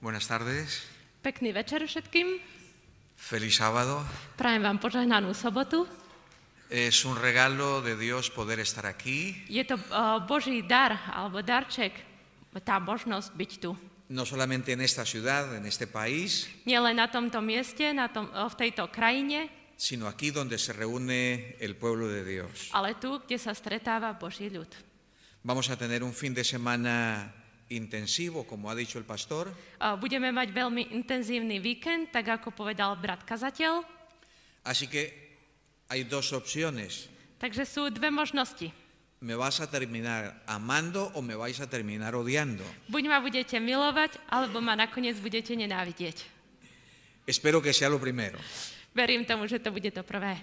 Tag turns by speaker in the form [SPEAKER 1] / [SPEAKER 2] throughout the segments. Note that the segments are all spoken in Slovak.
[SPEAKER 1] Buenas tardes,
[SPEAKER 2] Pekný večer všetkým.
[SPEAKER 1] feliz sábado.
[SPEAKER 2] Prajem vám požehnanú sobotu.
[SPEAKER 1] Es un regalo de Dios poder estar aquí,
[SPEAKER 2] Je to eh, Boží dar alebo darček, tá možnosť byť tu.
[SPEAKER 1] no solamente en esta ciudad, en este país,
[SPEAKER 2] Nielen na tomto mieste, na tom, eh, v tejto krajine,
[SPEAKER 1] sino aquí donde se reúne el pueblo de Dios.
[SPEAKER 2] ale tu, kde sa stretáva Boží ľud.
[SPEAKER 1] Vamos a tener un fin de semana intensivo, como ha dicho el pastor.
[SPEAKER 2] Eh, Budeme mať veľmi intenzívny víkend, tak ako povedal brat kazateľ.
[SPEAKER 1] Así que hay dos opciones.
[SPEAKER 2] Takže sú dve možnosti.
[SPEAKER 1] ¿Me vas a terminar amando o me vais a terminar odiando?
[SPEAKER 2] Buď ma budete milovať, alebo ma nakoniec budete nenávidieť.
[SPEAKER 1] Espero que sea lo primero.
[SPEAKER 2] Verím tomu, že to bude to prvé.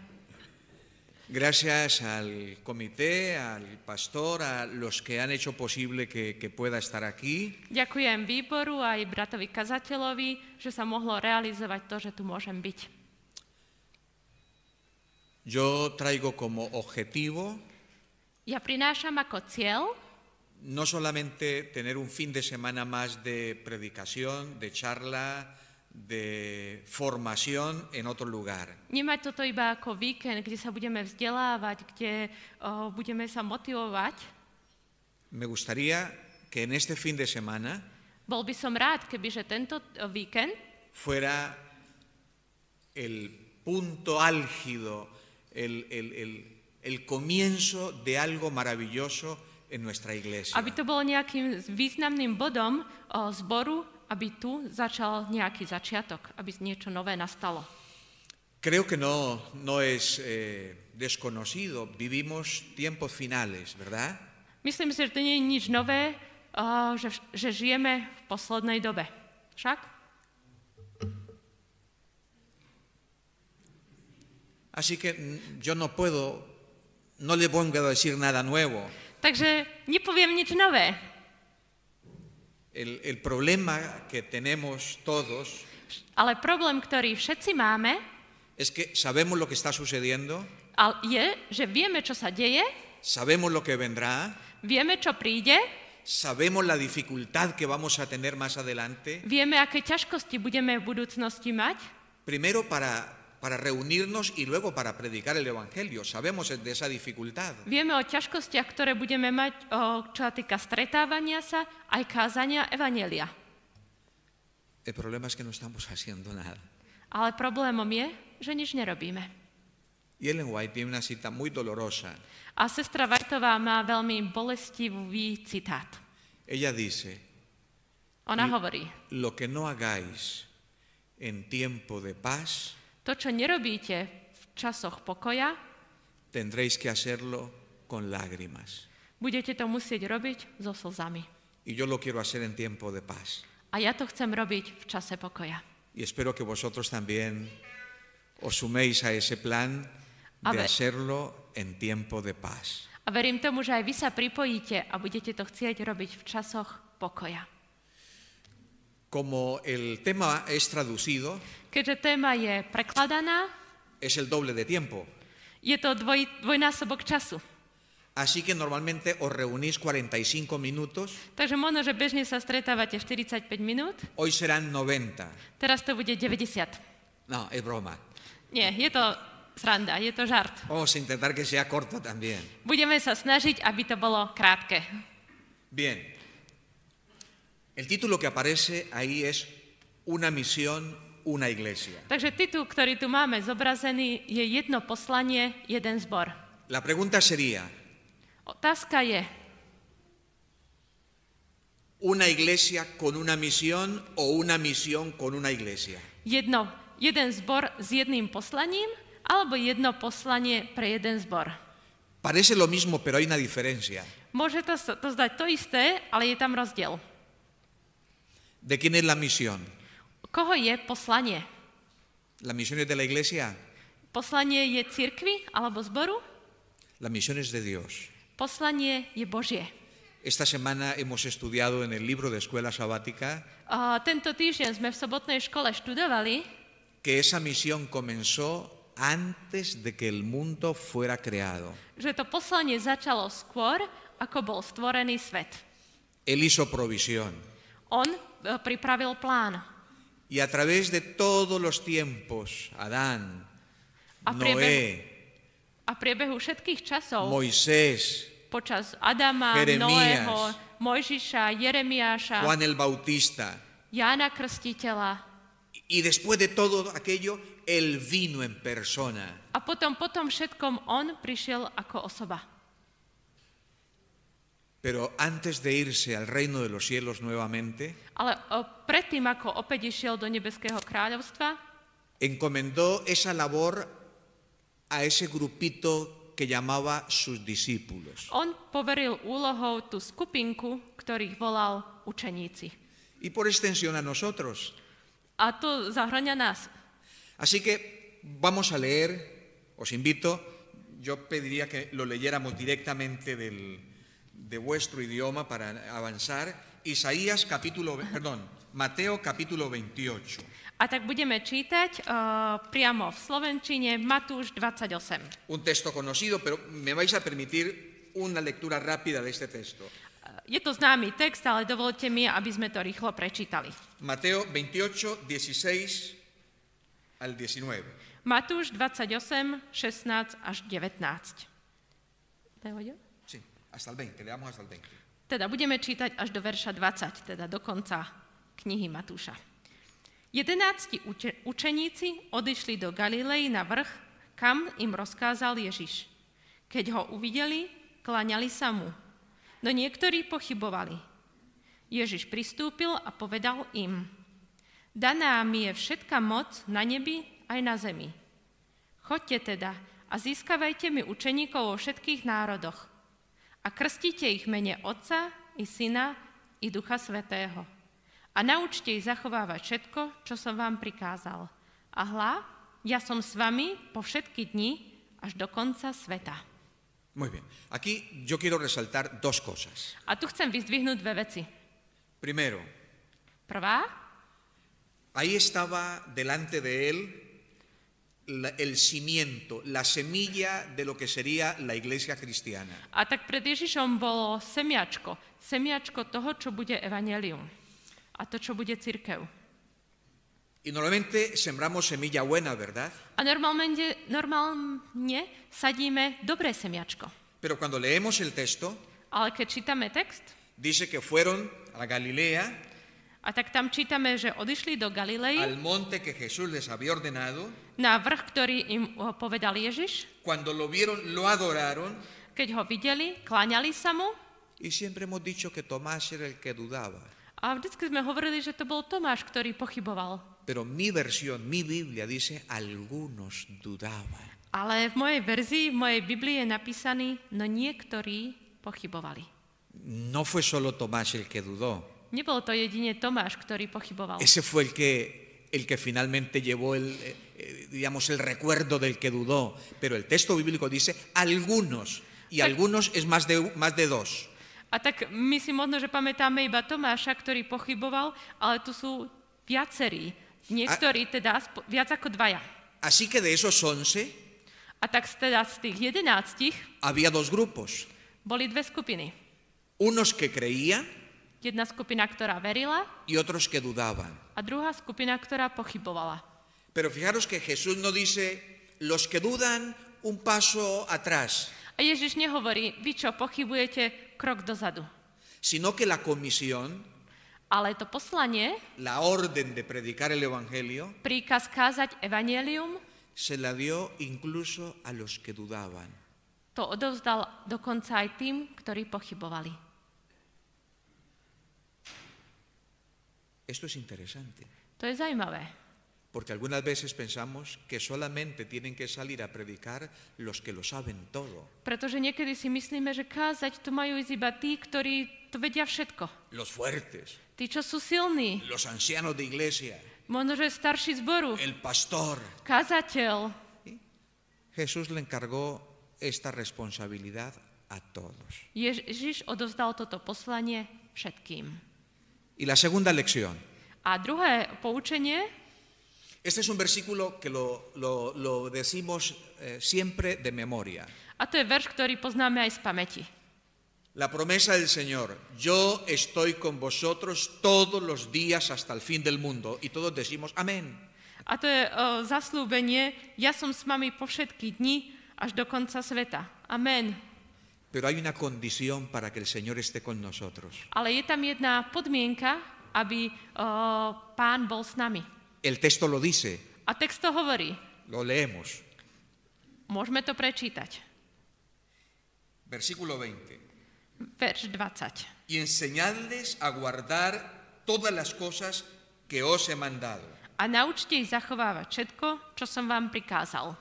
[SPEAKER 1] Gracias al comité, al pastor, a los que han hecho posible que, que pueda estar aquí.
[SPEAKER 2] Ďakujem výboru aj bratovi kazateľovi, že sa mohlo realizovať to, že tu môžem byť.
[SPEAKER 1] Yo traigo como objetivo
[SPEAKER 2] Ja prinášam ako cieľ
[SPEAKER 1] no solamente tener un fin de semana más de predicación, de charla, de formación en otro lugar,
[SPEAKER 2] nemať toto iba ako víkend, kde sa budeme vzdelávať, kde o, budeme sa motivovať.
[SPEAKER 1] Me gustaría que en este fin de semana
[SPEAKER 2] Bol by som rád, kebyže tento o, víkend
[SPEAKER 1] fuera el punto álgido, el, el- el- el comienzo de algo maravilloso en nuestra iglesia.
[SPEAKER 2] Aby to bolo nejakým významným bodom o, zboru, aby tu začal nejaký začiatok, aby niečo nové nastalo.
[SPEAKER 1] Creo que no, no es eh, desconocido, vivimos tiempos finales, ¿verdad?
[SPEAKER 2] Myslím si, že to nie je nič nové, o, že, vš- že žijeme v poslednej dobe. Však?
[SPEAKER 1] Así que mm, yo no puedo, no le pongo a decir nada nuevo.
[SPEAKER 2] Takže nepoviem nič nové.
[SPEAKER 1] El, el problema que tenemos todos
[SPEAKER 2] Ale problém, ktorý všetci máme,
[SPEAKER 1] es que sabemos lo que está sucediendo,
[SPEAKER 2] al- je, že vieme, čo sa deje,
[SPEAKER 1] sabemos lo que vendrá,
[SPEAKER 2] vieme, čo príde,
[SPEAKER 1] Sabemos la dificultad que vamos a tener más adelante,
[SPEAKER 2] vieme, aké ťažkosti budeme v budúcnosti mať.
[SPEAKER 1] primero para, para reunirnos y luego para predicar el Evangelio. Sabemos de esa dificultad.
[SPEAKER 2] Vieme o ťažkostiach, ktoré budeme mať, o, čo sa týka stretávania sa, aj kázania Evanelia.
[SPEAKER 1] El problema es que no estamos haciendo nada.
[SPEAKER 2] Ale problémom je, že nič nerobíme.
[SPEAKER 1] Y Ellen White tiene una cita muy dolorosa.
[SPEAKER 2] A sestra Vajtová má veľmi bolestivý citát.
[SPEAKER 1] Ella dice,
[SPEAKER 2] Ona hovorí,
[SPEAKER 1] lo que no hagáis en tiempo de paz,
[SPEAKER 2] to, čo nerobíte v časoch pokoja,
[SPEAKER 1] tendréis que hacerlo con lágrimas.
[SPEAKER 2] budete to musieť robiť so slzami.
[SPEAKER 1] Y yo lo quiero hacer en tiempo de paz.
[SPEAKER 2] A ja to chcem robiť v čase pokoja.
[SPEAKER 1] Y espero que vosotros también os suméis a ese plan
[SPEAKER 2] A
[SPEAKER 1] de
[SPEAKER 2] ver.
[SPEAKER 1] hacerlo en tiempo de paz.
[SPEAKER 2] A verím tomu, že aj vy sa pripojíte a budete to chcieť robiť v časoch pokoja.
[SPEAKER 1] Como el tema es traducido,
[SPEAKER 2] Keďže téma je prekladaná,
[SPEAKER 1] es el doble de tiempo.
[SPEAKER 2] je to dvoj, dvojnásobok času.
[SPEAKER 1] Así que normalmente os reunís 45 minutos,
[SPEAKER 2] Takže možno, že bežne sa stretávate 45 minút,
[SPEAKER 1] hoy serán 90.
[SPEAKER 2] teraz to bude 90.
[SPEAKER 1] No, es broma.
[SPEAKER 2] Nie, je to sranda, je to žart.
[SPEAKER 1] Vamos a intentar que sea corto también.
[SPEAKER 2] Budeme sa snažiť, aby to bolo krátke.
[SPEAKER 1] Bien. El título que aparece ahí es Una misión, una iglesia.
[SPEAKER 2] Takže titul, ktorý tu máme zobrazený, je jedno poslanie, jeden zbor.
[SPEAKER 1] La pregunta sería,
[SPEAKER 2] Otázka je,
[SPEAKER 1] ¿Una iglesia con una misión o una misión con una iglesia?
[SPEAKER 2] jedno, jeden zbor s jedným poslaním alebo jedno poslanie pre jeden zbor.
[SPEAKER 1] Parece lo mismo, pero hay una diferencia.
[SPEAKER 2] Môže to, sa- to zdať to isté, ale je tam rozdiel.
[SPEAKER 1] ¿De quién es la misión?
[SPEAKER 2] Koho je poslanie?
[SPEAKER 1] ¿La misión es de la iglesia?
[SPEAKER 2] Poslanie je cirkvi alebo zboru?
[SPEAKER 1] La misión es de Dios.
[SPEAKER 2] Poslanie je Božie.
[SPEAKER 1] Esta semana hemos estudiado en el libro de escuela sabática
[SPEAKER 2] A tento týždeň sme v sobotnej škole študovali,
[SPEAKER 1] que esa misión comenzó antes de que el mundo fuera creado.
[SPEAKER 2] že to poslanie začalo skôr, ako bol stvorený svet.
[SPEAKER 1] Él hizo provisión.
[SPEAKER 2] On e, pripravil plán.
[SPEAKER 1] Y a través de todos los tiempos, Adán,
[SPEAKER 2] A
[SPEAKER 1] Noé,
[SPEAKER 2] A v priebehu všetkých časov,
[SPEAKER 1] Moisés,
[SPEAKER 2] počas Adama,
[SPEAKER 1] Jeremías,
[SPEAKER 2] Noého, Mojžiša, Jeremiáša,
[SPEAKER 1] Juan el Bautista,
[SPEAKER 2] Jána Krstiteľa
[SPEAKER 1] y después de todo aquello, Él vino en persona.
[SPEAKER 2] a potom potom všetkom on prišiel ako osoba.
[SPEAKER 1] Pero antes de irse al reino de los cielos nuevamente,
[SPEAKER 2] Ale o, predtým, ako opäť išiel do Nebeského kráľovstva,
[SPEAKER 1] encomendó esa labor a ese grupito que llamaba sus discípulos.
[SPEAKER 2] on poveril úlohou tú skupinku, ktorých volal učeníci.
[SPEAKER 1] Y por extensión a nosotros.
[SPEAKER 2] A to zahrania nás.
[SPEAKER 1] Así que vamos a leer, os invito, yo pediría que lo leyéramos directamente del, de vuestro idioma para avanzar, Isaías capítulo, ve- perdón, Mateo capítulo 28.
[SPEAKER 2] A tak budeme čítať e, priamo v Slovenčine Matúš 28.
[SPEAKER 1] Un texto conocido, pero me vais a permitir una lectura rápida de este texto.
[SPEAKER 2] Je to známy text, ale dovolte mi, aby sme to rýchlo prečítali.
[SPEAKER 1] Mateo 28, 16 al 19.
[SPEAKER 2] Matúš 28, 16 až 19. To je hodil?
[SPEAKER 1] Sí, hasta el 20, leamos hasta el 20.
[SPEAKER 2] Teda budeme čítať až do verša 20, teda do konca knihy Matúša. Jedenácti uče- učeníci odišli do Galilei na vrch, kam im rozkázal Ježiš. Keď ho uvideli, klaňali sa mu. No niektorí pochybovali. Ježiš pristúpil a povedal im, Daná mi je všetka moc na nebi aj na zemi. Choďte teda a získavajte mi učeníkov vo všetkých národoch a krstite ich v mene Otca i Syna i Ducha Svetého. A naučte ich zachovávať všetko, čo som vám prikázal. A hľa, ja som s vami po všetky dni až do konca sveta.
[SPEAKER 1] Muy bien, aquí yo quiero resaltar dos cosas.
[SPEAKER 2] A tu chcem vyzdvihnúť dve veci.
[SPEAKER 1] Primero,
[SPEAKER 2] Prvá,
[SPEAKER 1] Ahí estaba delante de él la- el cimiento, la semilla de lo que sería la iglesia cristiana.
[SPEAKER 2] a tak pred Ježišom bolo semiačko. Semiačko toho, čo bude evanelium. A to, čo bude církev.
[SPEAKER 1] Y normalmente sembramos semilla buena, ¿verdad?
[SPEAKER 2] A normálne, normálne sadíme dobré semiačko.
[SPEAKER 1] Pero cuando leemos el texto,
[SPEAKER 2] Ale keď čítame text,
[SPEAKER 1] dice que fueron a Galilea,
[SPEAKER 2] A tak tam čítame, že odišli do Galilei
[SPEAKER 1] al monte que Jesús les había ordenado.
[SPEAKER 2] na vrch, ktorý im o, povedal Ježiš.
[SPEAKER 1] Cuando lo vieron, lo adoraron.
[SPEAKER 2] Keď ho videli, kláňali sa mu
[SPEAKER 1] Y siempre hemos dicho que Tomás era el que dudaba.
[SPEAKER 2] a vždycky sme hovorili, že to bol Tomáš, ktorý pochyboval.
[SPEAKER 1] Pero mi versión, mi Biblia dice, algunos dudaban.
[SPEAKER 2] Ale v mojej verzii, v mojej Biblii je napísaný, no niektorí pochybovali.
[SPEAKER 1] No fue solo Tomás el que dudó.
[SPEAKER 2] Nebol to jedine Tomáš, ktorý pochyboval.
[SPEAKER 1] Ese fue el que, el que finalmente llevó el, eh, eh, digamos, el recuerdo del que dudó. Pero el texto bíblico dice algunos, y algunos es más de, más de dos.
[SPEAKER 2] A tak my si možno, že pamätáme iba Tomáša, ktorý pochyboval, ale tu sú viacerí. Niektorí teda aspo- viac ako dvaja.
[SPEAKER 1] Así que de esos once
[SPEAKER 2] A tak z- teda z tých jedenáctich
[SPEAKER 1] había dos grupos.
[SPEAKER 2] boli dve skupiny.
[SPEAKER 1] Unos que creían
[SPEAKER 2] Jedna skupina, ktorá verila
[SPEAKER 1] y otros que dudaban.
[SPEAKER 2] a druhá skupina, ktorá pochybovala.
[SPEAKER 1] Pero fijaros que Jesús no dice los que dudan un paso atrás,
[SPEAKER 2] A Ježiš nehovorí, vy čo, pochybujete krok dozadu.
[SPEAKER 1] sino que la comisión,
[SPEAKER 2] Ale to poslanie,
[SPEAKER 1] la orden de predicar el Evangelio,
[SPEAKER 2] príkaz kázať evanelium,
[SPEAKER 1] se la dio incluso a los que dudaban.
[SPEAKER 2] to odovzdal dokonca aj tým, ktorí pochybovali.
[SPEAKER 1] Esto es interesante.
[SPEAKER 2] To je zaujímavé,
[SPEAKER 1] Porque algunas veces pensamos que solamente tienen que salir a predicar los que lo saben todo,
[SPEAKER 2] pretože niekedy si myslíme, že kázať to majú ísť iba tí, ktorí to vedia všetko.
[SPEAKER 1] los fuertes,
[SPEAKER 2] Tí, čo sú silní,
[SPEAKER 1] los ancianos de iglesia,
[SPEAKER 2] možno, že starší zboru,
[SPEAKER 1] el pastor.
[SPEAKER 2] kázateľ.
[SPEAKER 1] Jesús le encargó esta responsabilidad a todos.
[SPEAKER 2] Ježiš odovzdal toto poslanie všetkým.
[SPEAKER 1] Y la segunda lección.
[SPEAKER 2] A druhé poučenie
[SPEAKER 1] Este es un versículo que lo, lo- lo decimos eh, siempre de memoria.
[SPEAKER 2] A to je verš, ktorý poznáme aj z pamäti.
[SPEAKER 1] La promesa del Señor, yo estoy con vosotros todos los días hasta el fin del mundo. Y todos decimos, amén.
[SPEAKER 2] A to je o, zaslúbenie, ja som s vami po všetky dni až do konca sveta. Amen.
[SPEAKER 1] Pero hay una condición para que el Señor esté con nosotros.
[SPEAKER 2] Ale je tam jedna podmienka, aby o, pán bol s nami.
[SPEAKER 1] El texto lo dice,
[SPEAKER 2] A text to hovorí,
[SPEAKER 1] lo leemos.
[SPEAKER 2] môžeme to prečítať.
[SPEAKER 1] Versículo 20.
[SPEAKER 2] Verš 20.
[SPEAKER 1] Y enseñadles a guardar todas las cosas que os he mandado.
[SPEAKER 2] A naučte ich zachovávať všetko, čo som vám prikázal.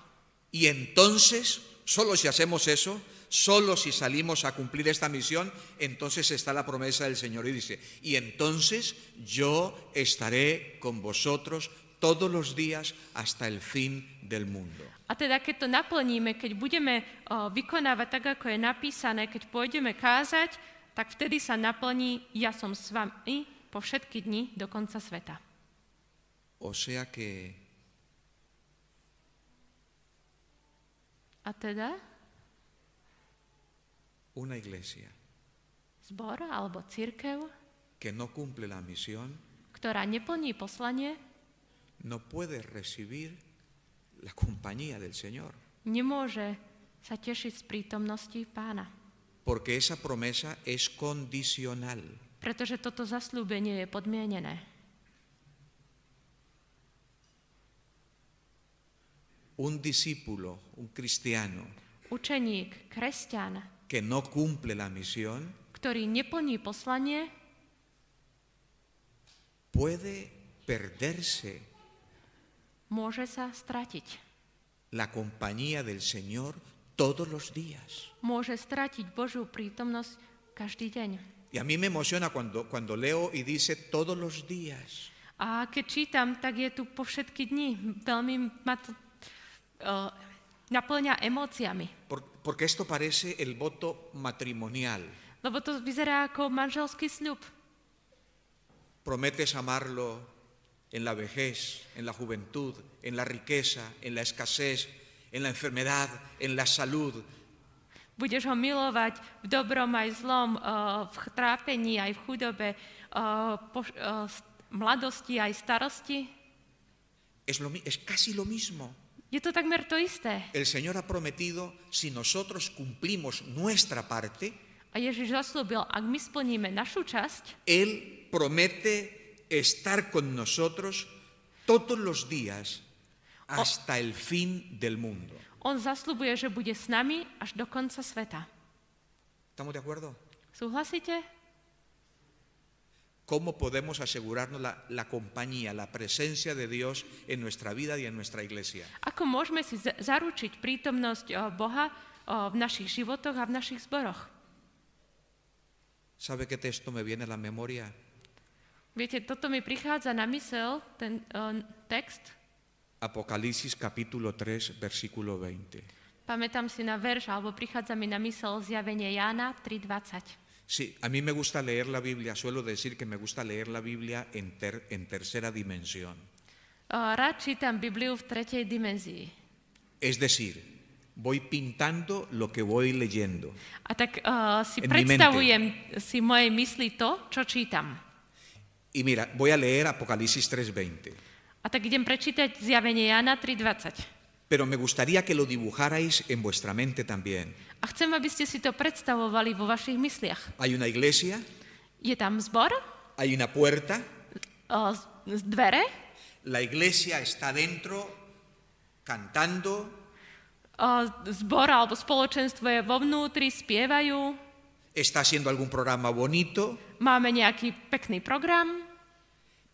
[SPEAKER 1] Y entonces, solo si hacemos eso, solo si salimos a cumplir esta misión, entonces está la promesa del Señor y dice, y entonces yo estaré con vosotros todos los días hasta el fin del mundo.
[SPEAKER 2] A teda, keď to naplníme, keď budeme o, vykonávať tak, ako je napísané, keď pôjdeme kázať, tak vtedy sa naplní ja som s vami po všetky dni do konca sveta.
[SPEAKER 1] O sea que
[SPEAKER 2] A teda
[SPEAKER 1] una iglesia
[SPEAKER 2] zbor alebo církev,
[SPEAKER 1] que no cumple la misión
[SPEAKER 2] ktorá neplní poslanie,
[SPEAKER 1] no puede recibir la compañía del Señor,
[SPEAKER 2] nemôže sa tešiť z prítomnosti pána.
[SPEAKER 1] porque esa promesa es condicional.
[SPEAKER 2] Pretože toto zaslúbenie je podmienené.
[SPEAKER 1] Un discípulo, un cristiano
[SPEAKER 2] Učeník, kresťan,
[SPEAKER 1] que no cumple la misión,
[SPEAKER 2] ktorý neplní poslanie,
[SPEAKER 1] puede perderse
[SPEAKER 2] môže sa stratiť.
[SPEAKER 1] la compañía del Señor todos los días.
[SPEAKER 2] Môže stratiť Božiu prítomnosť každý deň.
[SPEAKER 1] Y a mí me emociona cuando, cuando leo y dice todos los días.
[SPEAKER 2] A keď čítam, tak je tu po všetky dni. Veľmi ma to uh, naplňa emóciami.
[SPEAKER 1] por- porque esto parece el voto matrimonial.
[SPEAKER 2] Lebo to vyzerá ako manželský sľub.
[SPEAKER 1] Prometes amarlo en la vejez, en la juventud, en la riqueza, en la escasez, en la enfermedad, en la salud,
[SPEAKER 2] Budeš ho milovať v dobrom aj zlom, eh, v ch- trápení aj v chudobe, eh, po š- eh, s- mladosti aj starosti.
[SPEAKER 1] Es, lo mi- es casi lo mismo.
[SPEAKER 2] Je to takmer to isté.
[SPEAKER 1] El Señor ha prometido, si nosotros cumplimos nuestra parte,
[SPEAKER 2] A Ježiš zaslúbil, ak my splníme našu časť,
[SPEAKER 1] Él promete estar con nosotros todos los días Oh. hasta el fin del mundo.
[SPEAKER 2] on zaslúbuje, že bude s nami až do konca sveta.
[SPEAKER 1] ¿Estamos de acuerdo?
[SPEAKER 2] Súhlasíte?
[SPEAKER 1] ¿Cómo podemos asegurarnos la, la compañía, la presencia de Dios en nuestra vida y en nuestra iglesia?
[SPEAKER 2] Ako môžeme si za- zaručiť prítomnosť eh, Boha eh, v našich životoch a v našich zboroch?
[SPEAKER 1] ¿Sabe qué texto me viene a la memoria?
[SPEAKER 2] Viete, toto mi prichádza na mysel, ten eh, text.
[SPEAKER 1] Apocalipsis capítulo 3, versículo 20.
[SPEAKER 2] Pamätám si na verš, alebo prichádza mi na mysel zjavenie Jána Eh, 3.20.
[SPEAKER 1] Sí, a mí me gusta leer la Biblia, suelo decir que me gusta leer la Biblia en, ter- en tercera dimensión.
[SPEAKER 2] Eh, Rád čítam Bibliu v tretej dimenzii.
[SPEAKER 1] Es decir, voy pintando lo que voy leyendo.
[SPEAKER 2] A tak eh, si
[SPEAKER 1] En mi
[SPEAKER 2] predstavujem si mojej mysli to, čo čítam.
[SPEAKER 1] Y mira, voy a leer Apocalipsis 3:20,
[SPEAKER 2] A tak idem prečítať zjavenie Jana 3.20.
[SPEAKER 1] pero me gustaría que lo dibujarais en vuestra mente también.
[SPEAKER 2] A chcem, aby ste si to predstavovali vo vašich mysliach.
[SPEAKER 1] Hay una iglesia,
[SPEAKER 2] Je tam zbor,
[SPEAKER 1] hay una puerta,
[SPEAKER 2] o, z- z dvere, e,
[SPEAKER 1] la iglesia está dentro cantando,
[SPEAKER 2] o, zbor alebo spoločenstvo je vo vnútri, spievajú,
[SPEAKER 1] está haciendo algún programa bonito,
[SPEAKER 2] máme nejaký pekný program,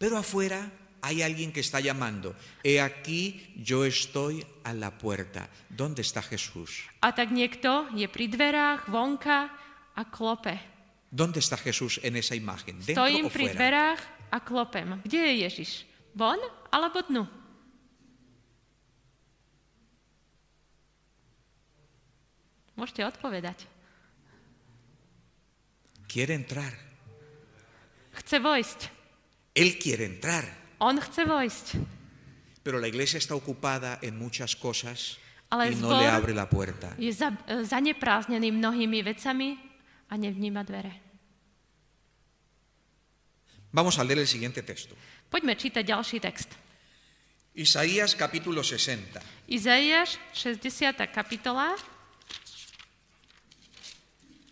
[SPEAKER 1] pero afuera hay alguien que está llamando. He aquí, yo estoy a la puerta. ¿Dónde está Jesús?
[SPEAKER 2] A tak niekto je pri dverách, vonka a klope.
[SPEAKER 1] ¿Dónde está Jesús en esa imagen? ¿Dentro o
[SPEAKER 2] Stojím
[SPEAKER 1] fuera?
[SPEAKER 2] pri dverách a klopem. Kde je Ježiš? Von alebo dnu? Môžete odpovedať.
[SPEAKER 1] Quiere entrar.
[SPEAKER 2] Chce vojsť.
[SPEAKER 1] Él quiere entrar.
[SPEAKER 2] On chce vojsť.
[SPEAKER 1] Pero la iglesia está ocupada en muchas cosas
[SPEAKER 2] Ale
[SPEAKER 1] y no
[SPEAKER 2] zbor-
[SPEAKER 1] le abre la puerta.
[SPEAKER 2] Je za, e, zanepráznený mnohými vecami a nevníma dvere.
[SPEAKER 1] Vamos a leer el siguiente texto.
[SPEAKER 2] Poďme čítať ďalší text.
[SPEAKER 1] Isaías capítulo 60.
[SPEAKER 2] Izaiáš, 60. kapitola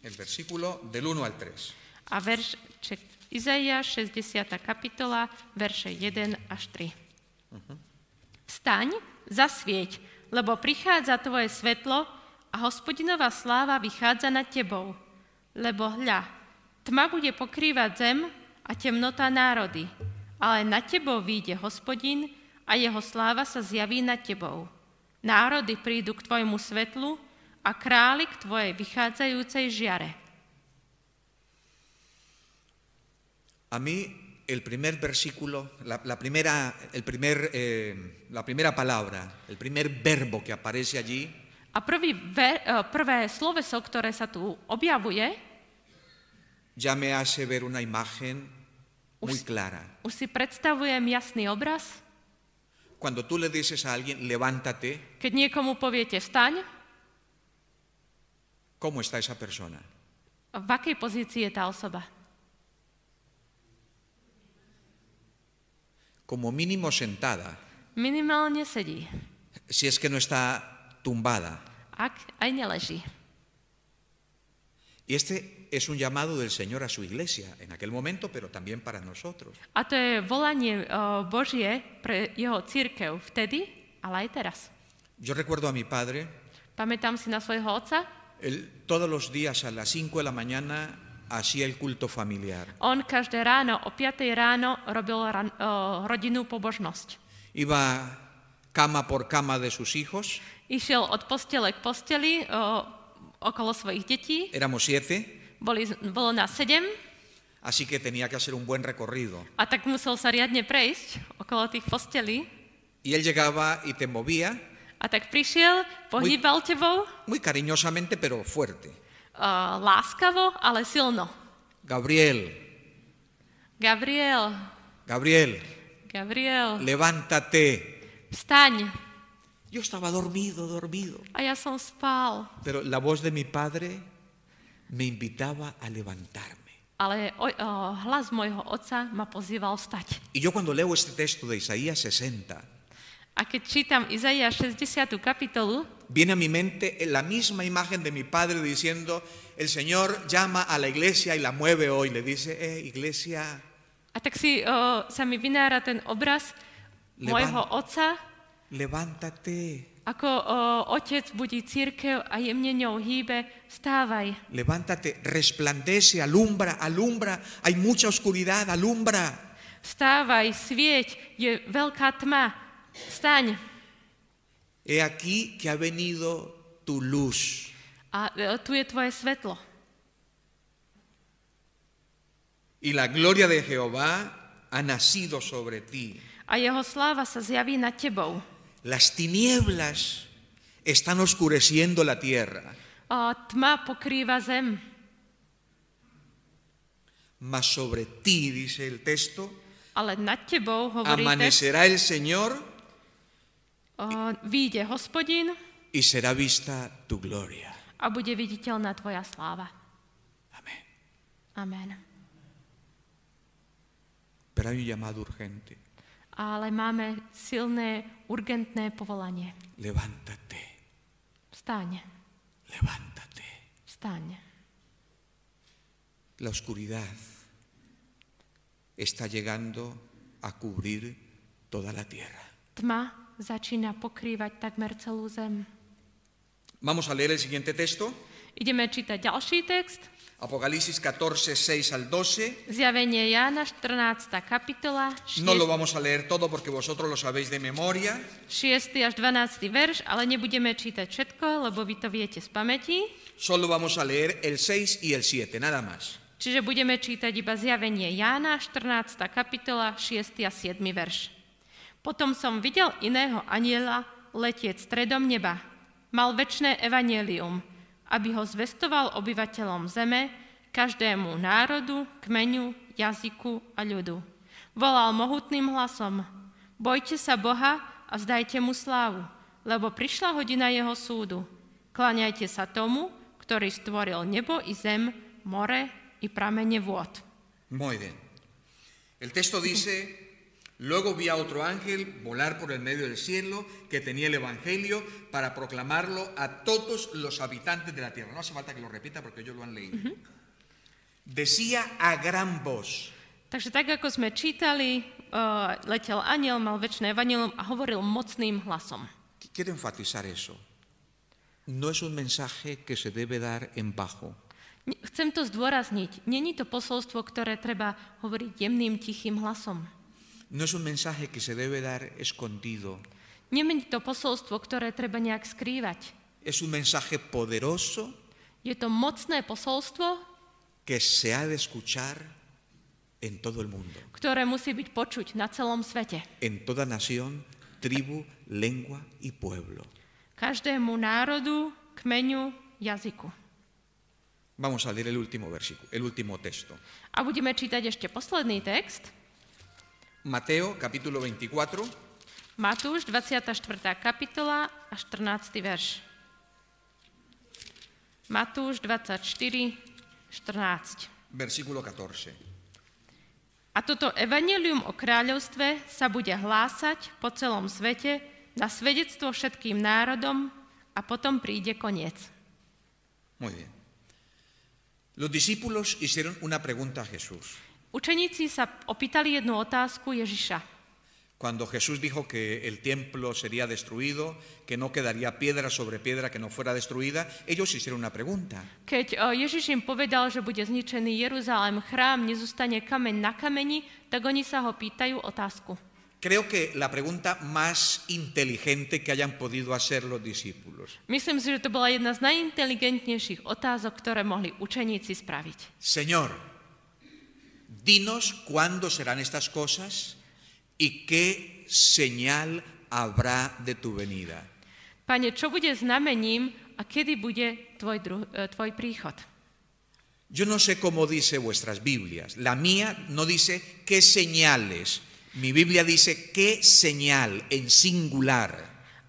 [SPEAKER 1] El versículo del 1 al 3.
[SPEAKER 2] a verš, če, Izaiáš, 60. kapitola, verše 1 až 3. Staň, zasvieť, lebo prichádza tvoje svetlo a hospodinová sláva vychádza nad tebou. Lebo hľa, tma bude pokrývať zem a temnota národy, ale na tebou vyjde hospodin a jeho sláva sa zjaví nad tebou. Národy prídu k tvojmu svetlu a králi k tvojej vychádzajúcej žiare.
[SPEAKER 1] A mí el primer versículo, la, la primera, el primer, eh, la primera palabra, el primer verbo que aparece allí
[SPEAKER 2] A prvý ver, e, prvé sloveso, ktoré sa tu objavuje,
[SPEAKER 1] ya me hace ver una imagen muy
[SPEAKER 2] Us-
[SPEAKER 1] clara.
[SPEAKER 2] už si predstavujem jasný obraz.
[SPEAKER 1] Cuando tú le dices a alguien, levántate,
[SPEAKER 2] Keď niekomu poviete vstaň,
[SPEAKER 1] ¿cómo está esa persona?
[SPEAKER 2] v akej pozícii je tá osoba?
[SPEAKER 1] Como mínimo sentada,
[SPEAKER 2] Minimálne sedí,
[SPEAKER 1] si es que no está tumbada.
[SPEAKER 2] ak aj neleží.
[SPEAKER 1] Y este es un llamado del Señor a su iglesia en aquel momento, pero también para nosotros.
[SPEAKER 2] A to je volanie e, Božie pre jeho církev vtedy, ale aj teraz.
[SPEAKER 1] Yo recuerdo a mi padre,
[SPEAKER 2] Pamätám si na svojho otca,
[SPEAKER 1] él todos los días a las 5 de la mañana hacía el culto familiar.
[SPEAKER 2] on každé ráno o 5 ráno robil ran, e, rodinnú pobožnosť.
[SPEAKER 1] Iba cama por cama de sus hijos,
[SPEAKER 2] Išiel od postele k posteli e, okolo svojich detí,
[SPEAKER 1] éramos siete,
[SPEAKER 2] Boli, bolo nás sedem
[SPEAKER 1] así que tenía que hacer un buen recorrido.
[SPEAKER 2] a tak musel sa riadne prejsť okolo tých postelí.
[SPEAKER 1] Y él llegaba y te movía,
[SPEAKER 2] A tak prišiel, pohýbal tebou, e,
[SPEAKER 1] muy cariñosamente, pero fuerte.
[SPEAKER 2] uh, láskavo, ale silno.
[SPEAKER 1] Gabriel,
[SPEAKER 2] Gabriel,
[SPEAKER 1] Gabriel,
[SPEAKER 2] Gabriel,
[SPEAKER 1] levántate.
[SPEAKER 2] vstaň.
[SPEAKER 1] Yo estaba dormido, dormido.
[SPEAKER 2] A ja som spal.
[SPEAKER 1] Pero la voz de mi padre me invitaba a levantarme.
[SPEAKER 2] Ale o, o, hlas môjho otca ma pozýval stať.
[SPEAKER 1] Y yo cuando leo este texto de Isaías 60,
[SPEAKER 2] A keď čítam Izaiáš 60. kapitolu,
[SPEAKER 1] viene a mi mente la misma imagen de mi padre diciendo, el Señor llama a la iglesia y la mueve hoy. Le dice, eh, iglesia,
[SPEAKER 2] a tak si o, sa mi vynára ten obraz
[SPEAKER 1] Levant.
[SPEAKER 2] môjho otca,
[SPEAKER 1] levántate,
[SPEAKER 2] ako o, otec budí církev a jemne ňou hýbe, vstávaj,
[SPEAKER 1] levántate, resplandece, alumbra, alumbra. Hay mucha oscuridad, alumbra.
[SPEAKER 2] vstávaj, svieť, je veľká tma, staň.
[SPEAKER 1] He aquí que ha venido tu luz.
[SPEAKER 2] A e, tu je tvoje svetlo.
[SPEAKER 1] Y la gloria de Jehová ha nacido sobre ti.
[SPEAKER 2] A jeho sláva sa zjaví nad tebou.
[SPEAKER 1] Las tinieblas están oscureciendo la tierra,
[SPEAKER 2] A tma pokrýva zem.
[SPEAKER 1] mas sobre ti, dice el texto,
[SPEAKER 2] Ale nad tebou, hovorí text,
[SPEAKER 1] Amanecerá el Señor
[SPEAKER 2] o, výjde hospodin
[SPEAKER 1] y será vista tu gloria.
[SPEAKER 2] a bude viditeľná tvoja sláva.
[SPEAKER 1] Amén.
[SPEAKER 2] Amen.
[SPEAKER 1] Pero hay un llamado urgente.
[SPEAKER 2] Ale máme silné, urgentné povolanie.
[SPEAKER 1] Levántate,
[SPEAKER 2] Vstaň,
[SPEAKER 1] levántate.
[SPEAKER 2] vstaň.
[SPEAKER 1] La oscuridad está llegando a cubrir toda la tierra.
[SPEAKER 2] Tma začína pokrývať takmer celú zem.
[SPEAKER 1] Vamos a leer el siguiente texto.
[SPEAKER 2] Ideme čítať ďalší text.
[SPEAKER 1] Apocalipsis 14, 6 al 12.
[SPEAKER 2] Zjavenie Jána, 14. kapitola, 6.
[SPEAKER 1] No lo vamos a leer todo porque vosotros lo sabéis de memoria.
[SPEAKER 2] 6. až 12. verš, ale nebudeme čítať všetko, lebo vy to viete z pamäti.
[SPEAKER 1] Solo vamos a leer el 6 y el 7, nada más.
[SPEAKER 2] Čiže budeme čítať iba zjavenie Jána, 14. kapitola, 6. a 7. verš. Potom som videl iného aniela letieť stredom neba. Mal väčšné evanielium, aby ho zvestoval obyvateľom zeme, každému národu, kmeňu, jazyku a ľudu. Volal mohutným hlasom, bojte sa Boha a vzdajte mu slávu, lebo prišla hodina jeho súdu. Kláňajte sa tomu, ktorý stvoril nebo i zem more i pramene vôd.
[SPEAKER 1] Muy bien. El texto dice, luego vi a otro ángel volar por el medio del cielo que tenía el Evangelio para proclamarlo a todos los habitantes de la tierra. No hace falta que lo repita porque ellos lo han leído. Decía a gran voz,
[SPEAKER 2] Takže tak, ako sme čítali, eh, letel aniel, mal väčšie evanilium a hovoril mocným hlasom.
[SPEAKER 1] Qu- quiero enfatizar eso, no es un mensaje que se debe dar en bajo.
[SPEAKER 2] N- Chcem to zdôrazniť. Není to posolstvo, ktoré treba hovoriť jemným, tichým hlasom.
[SPEAKER 1] No es un mensaje que se debe dar escondido.
[SPEAKER 2] Nemení to posolstvo, ktoré treba nejak skrývať.
[SPEAKER 1] Es un mensaje poderoso
[SPEAKER 2] Je to mocné posolstvo,
[SPEAKER 1] que se ha de escuchar en todo el mundo,
[SPEAKER 2] ktoré musí byť počuť na celom svete.
[SPEAKER 1] en toda nación, tribu, lengua y pueblo.
[SPEAKER 2] Každému národu, kmeňu, jazyku.
[SPEAKER 1] Vamos a leer el último versículo, el último texto.
[SPEAKER 2] A budeme čítať ešte posledný text.
[SPEAKER 1] Mateo capítulo 24,
[SPEAKER 2] Matúš, 24. kapitola a 14. verš. Matúš 24, 14.
[SPEAKER 1] versículo 14.
[SPEAKER 2] A toto evanelium o kráľovstve sa bude hlásať po celom svete na svedectvo všetkým národom a potom príde koniec.
[SPEAKER 1] Muy bien. Los discípulos hicieron una pregunta a Jesús.
[SPEAKER 2] Učeníci sa opýtali jednu otázku Ježiša.
[SPEAKER 1] Cuando Jesús dijo que el templo sería destruido, que no quedaría piedra sobre piedra que no fuera destruida, ellos hicieron una pregunta.
[SPEAKER 2] Keď o, Ježiš im povedal, že bude zničený Jeruzalém, chrám, nezostane kameň na kameni, tak oni sa ho pýtajú otázku.
[SPEAKER 1] Creo que la pregunta más inteligente que hayan podido hacer los discípulos.
[SPEAKER 2] Myslím si, že to bola jedna z najinteligentnejších otázok, ktoré mohli učeníci spraviť.
[SPEAKER 1] Señor, dinos cuándo serán estas cosas y qué señal habrá de tu venida.
[SPEAKER 2] Pane, čo bude znamením a kedy bude tvoj, dru- e, tvoj príchod?
[SPEAKER 1] Yo no sé cómo dice vuestras Biblias. La mía no dice qué señales. Mi Biblia dice qué señal en singular.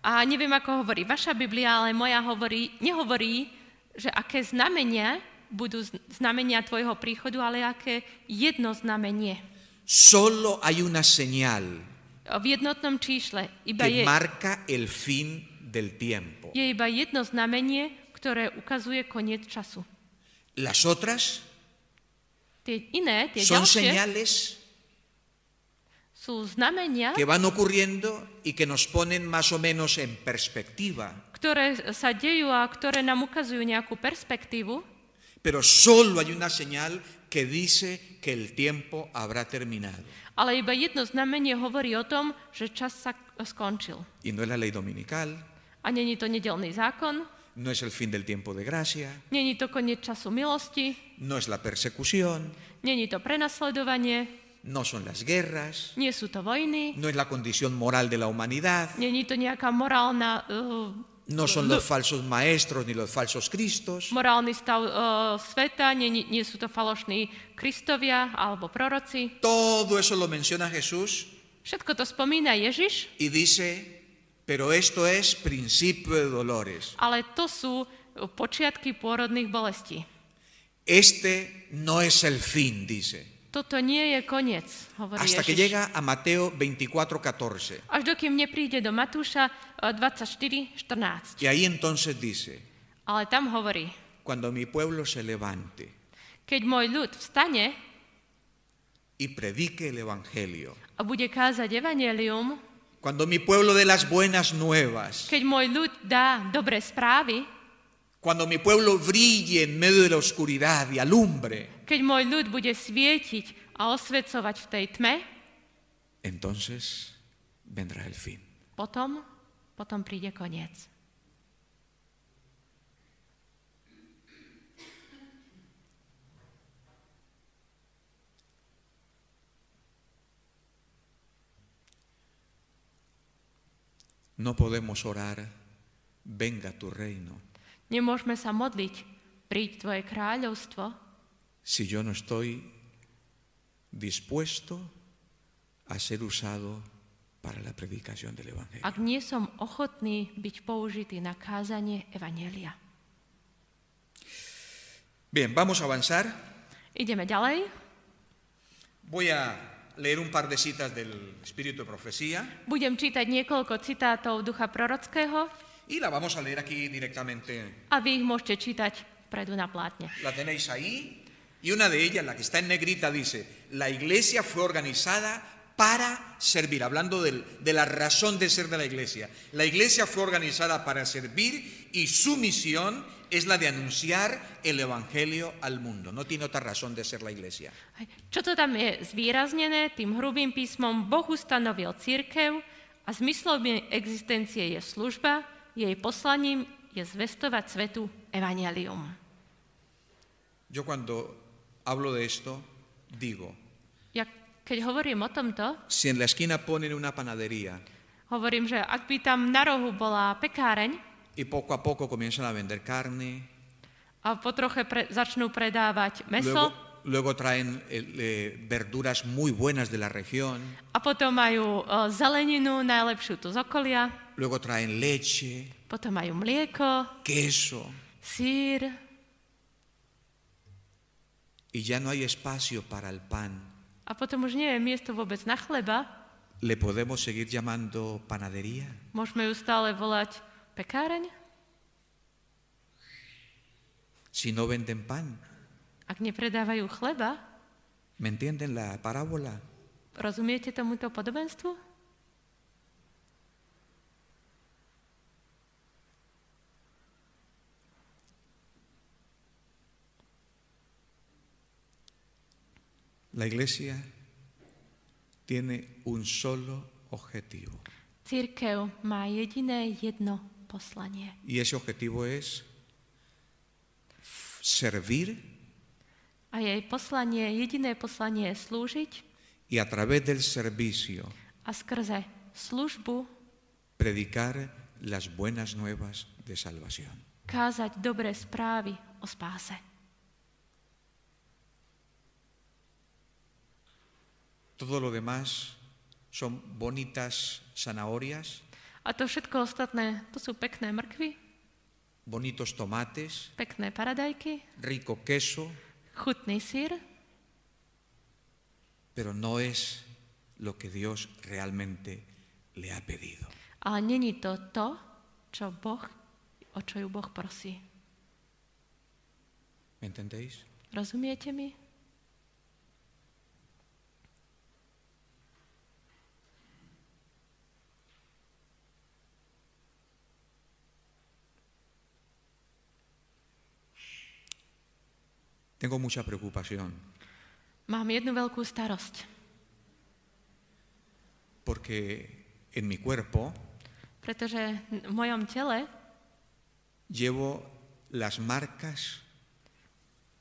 [SPEAKER 2] A neviem, ako hovorí vaša Biblia, ale moja hovorí, nehovorí, že aké znamenia budú z- znamenia tvojho príchodu, ale aké jedno znamenie.
[SPEAKER 1] Solo hay una señal
[SPEAKER 2] V jednotnom čísle iba
[SPEAKER 1] que
[SPEAKER 2] je,
[SPEAKER 1] marca el fin del tiempo.
[SPEAKER 2] je iba jedno znamenie, ktoré ukazuje koniec času.
[SPEAKER 1] Las otras
[SPEAKER 2] Tie iné, tie
[SPEAKER 1] son
[SPEAKER 2] ďalšie,
[SPEAKER 1] señales
[SPEAKER 2] sú znamenia,
[SPEAKER 1] que van ocurriendo y que nos ponen más o menos en perspectiva.
[SPEAKER 2] ktoré sa dejú a ktoré nám ukazujú nejakú perspektívu,
[SPEAKER 1] Pero solo hay una señal que dice que el tiempo habrá terminado.
[SPEAKER 2] ale iba jedno znamenie hovorí o tom, že čas sa skončil.
[SPEAKER 1] Y no es la ley dominical,
[SPEAKER 2] A není to nedelný zákon,
[SPEAKER 1] no es el fin del tiempo de gracia,
[SPEAKER 2] není to koniec času milosti,
[SPEAKER 1] no es la persecución,
[SPEAKER 2] není to prenasledovanie,
[SPEAKER 1] no son las guerras,
[SPEAKER 2] nie sú to vojny,
[SPEAKER 1] no es la condición moral de la humanidad,
[SPEAKER 2] není to nejaká morálna, uh,
[SPEAKER 1] no son los falsos maestros ni los falsos cristos,
[SPEAKER 2] morálny stav uh, sveta, nie, nie sú to falošní kristovia alebo proroci.
[SPEAKER 1] todo eso lo menciona Jesús
[SPEAKER 2] Všetko to spomína Ježiš,
[SPEAKER 1] y dice, pero esto es principio de dolores.
[SPEAKER 2] ale to sú počiatky pôrodných bolestí.
[SPEAKER 1] Este no es el fin, dice.
[SPEAKER 2] Toto nie je koniec, hovorí
[SPEAKER 1] Hasta que
[SPEAKER 2] Ježiš.
[SPEAKER 1] llega a Mateo 24, 14.
[SPEAKER 2] Až dokým nepríde do Matúša e, 24.14.
[SPEAKER 1] Y ahí entonces dice,
[SPEAKER 2] Ale tam hovorí,
[SPEAKER 1] cuando mi pueblo se levante
[SPEAKER 2] keď môj ľud vstane
[SPEAKER 1] y predique el Evangelio,
[SPEAKER 2] a bude kázať evanelium,
[SPEAKER 1] cuando mi pueblo dé las buenas nuevas,
[SPEAKER 2] keď môj ľud dá dobré správy,
[SPEAKER 1] cuando mi pueblo brille en medio de la oscuridad y alumbre,
[SPEAKER 2] keď môj ľud bude svietiť a osvecovať v tej tme,
[SPEAKER 1] entonces vendrá el fin.
[SPEAKER 2] potom, potom príde koniec.
[SPEAKER 1] No podemos orar, venga tu reino,
[SPEAKER 2] Nemôžeme sa modliť, príď tvoje kráľovstvo,
[SPEAKER 1] si yo no estoy dispuesto a ser usado para la predicación del Evangelio.
[SPEAKER 2] ak nie som ochotný byť použitý na kázanie evanelia.
[SPEAKER 1] Bien, vamos a avanzar.
[SPEAKER 2] Ideme ďalej.
[SPEAKER 1] Voy a leer un par de citas del Espíritu de Profecía
[SPEAKER 2] Budem čítať niekoľko citátov ducha prorockého
[SPEAKER 1] y la vamos a leer aquí directamente.
[SPEAKER 2] a vy ich môžete čítať predu na plátne.
[SPEAKER 1] La tenéis ahí y una de ellas, la que está en negrita, dice, la iglesia fue organizada para servir, hablando del- de la razón de ser de la iglesia. La iglesia fue organizada para servir y su misión es la de anunciar el Evangelio al mundo. No tiene otra razón de ser la iglesia.
[SPEAKER 2] Hej. Čo to tam je zvýraznené tým hrubým písmom? Boh ustanovil církev a zmyslom jej existencie je služba, jej poslaním je zvestovať svetu evanelium.
[SPEAKER 1] Yo cuando hablo de esto, digo,
[SPEAKER 2] Ja, keď hovorím o tomto,
[SPEAKER 1] si en la esquina ponen una panadería
[SPEAKER 2] hovorím, že ak by tam na rohu bola pekáreň
[SPEAKER 1] y poco a poco comienzan a vender carne,
[SPEAKER 2] a po troche pre, začnú predávať meso
[SPEAKER 1] luego, luego traen eh, eh, verduras muy buenas de la región,
[SPEAKER 2] a potom majú e, zeleninu, najlepšiu tu z okolia,
[SPEAKER 1] luego traen leche,
[SPEAKER 2] potom majú mlieko,
[SPEAKER 1] queso,
[SPEAKER 2] sír
[SPEAKER 1] y ya no hay espacio para el pan.
[SPEAKER 2] a potom už nie je miesto vôbec na chleba,
[SPEAKER 1] ¿Le podemos seguir llamando panadería?
[SPEAKER 2] Môžeme ju stále volať pekáreň,
[SPEAKER 1] Si no venden pan.
[SPEAKER 2] ak nepredávajú chleba.
[SPEAKER 1] ¿Me entienden la parábola?
[SPEAKER 2] Rozumiete tomuto podobenstvu?
[SPEAKER 1] La iglesia tiene un solo objetivo
[SPEAKER 2] Církev má jediné jedno poslanie.
[SPEAKER 1] y ese objetivo es servir
[SPEAKER 2] A jej poslanie, jediné poslanie je slúžiť
[SPEAKER 1] y a través del servicio
[SPEAKER 2] a skrze službu
[SPEAKER 1] predicar las buenas nuevas de salvación.
[SPEAKER 2] kázať dobré správy o spáse.
[SPEAKER 1] Todo lo demás son bonitas zanahorias,
[SPEAKER 2] A to všetko ostatné, to sú pekné mrkvy,
[SPEAKER 1] bonitos tomates,
[SPEAKER 2] pekné paradajky,
[SPEAKER 1] rico queso,
[SPEAKER 2] chutný sír,
[SPEAKER 1] pero no es lo que Dios realmente le ha pedido.
[SPEAKER 2] ale není to to, čo boh, o čo ju Boh prosí.
[SPEAKER 1] ¿Me entendéis?
[SPEAKER 2] Rozumiete mi?
[SPEAKER 1] Tengo mucha preocupación
[SPEAKER 2] Mám jednu veľkú starosť,
[SPEAKER 1] porque en mi cuerpo
[SPEAKER 2] pretože v mojom tele
[SPEAKER 1] llevo las marcas,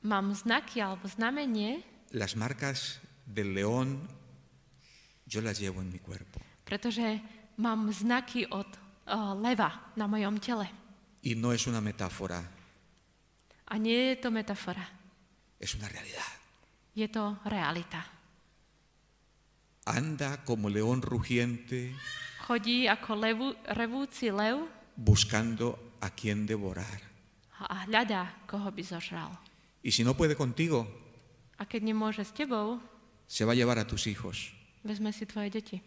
[SPEAKER 2] mám znaky alebo znamenie,
[SPEAKER 1] las marcas del león, yo las llevo en mi cuerpo.
[SPEAKER 2] pretože mám znaky od o, leva na mojom tele.
[SPEAKER 1] Y no es una metáfora,
[SPEAKER 2] A nie je to metafora,
[SPEAKER 1] es una realidad.
[SPEAKER 2] je to realita.
[SPEAKER 1] Anda como león rugiente
[SPEAKER 2] Chodí ako levu, revúci lev
[SPEAKER 1] buscando a quien devorar.
[SPEAKER 2] a hľadá, koho by zožral.
[SPEAKER 1] Y si no puede contigo,
[SPEAKER 2] A keď nemôže s tebou,
[SPEAKER 1] se va a llevar a tus hijos.
[SPEAKER 2] vezme si tvoje deti.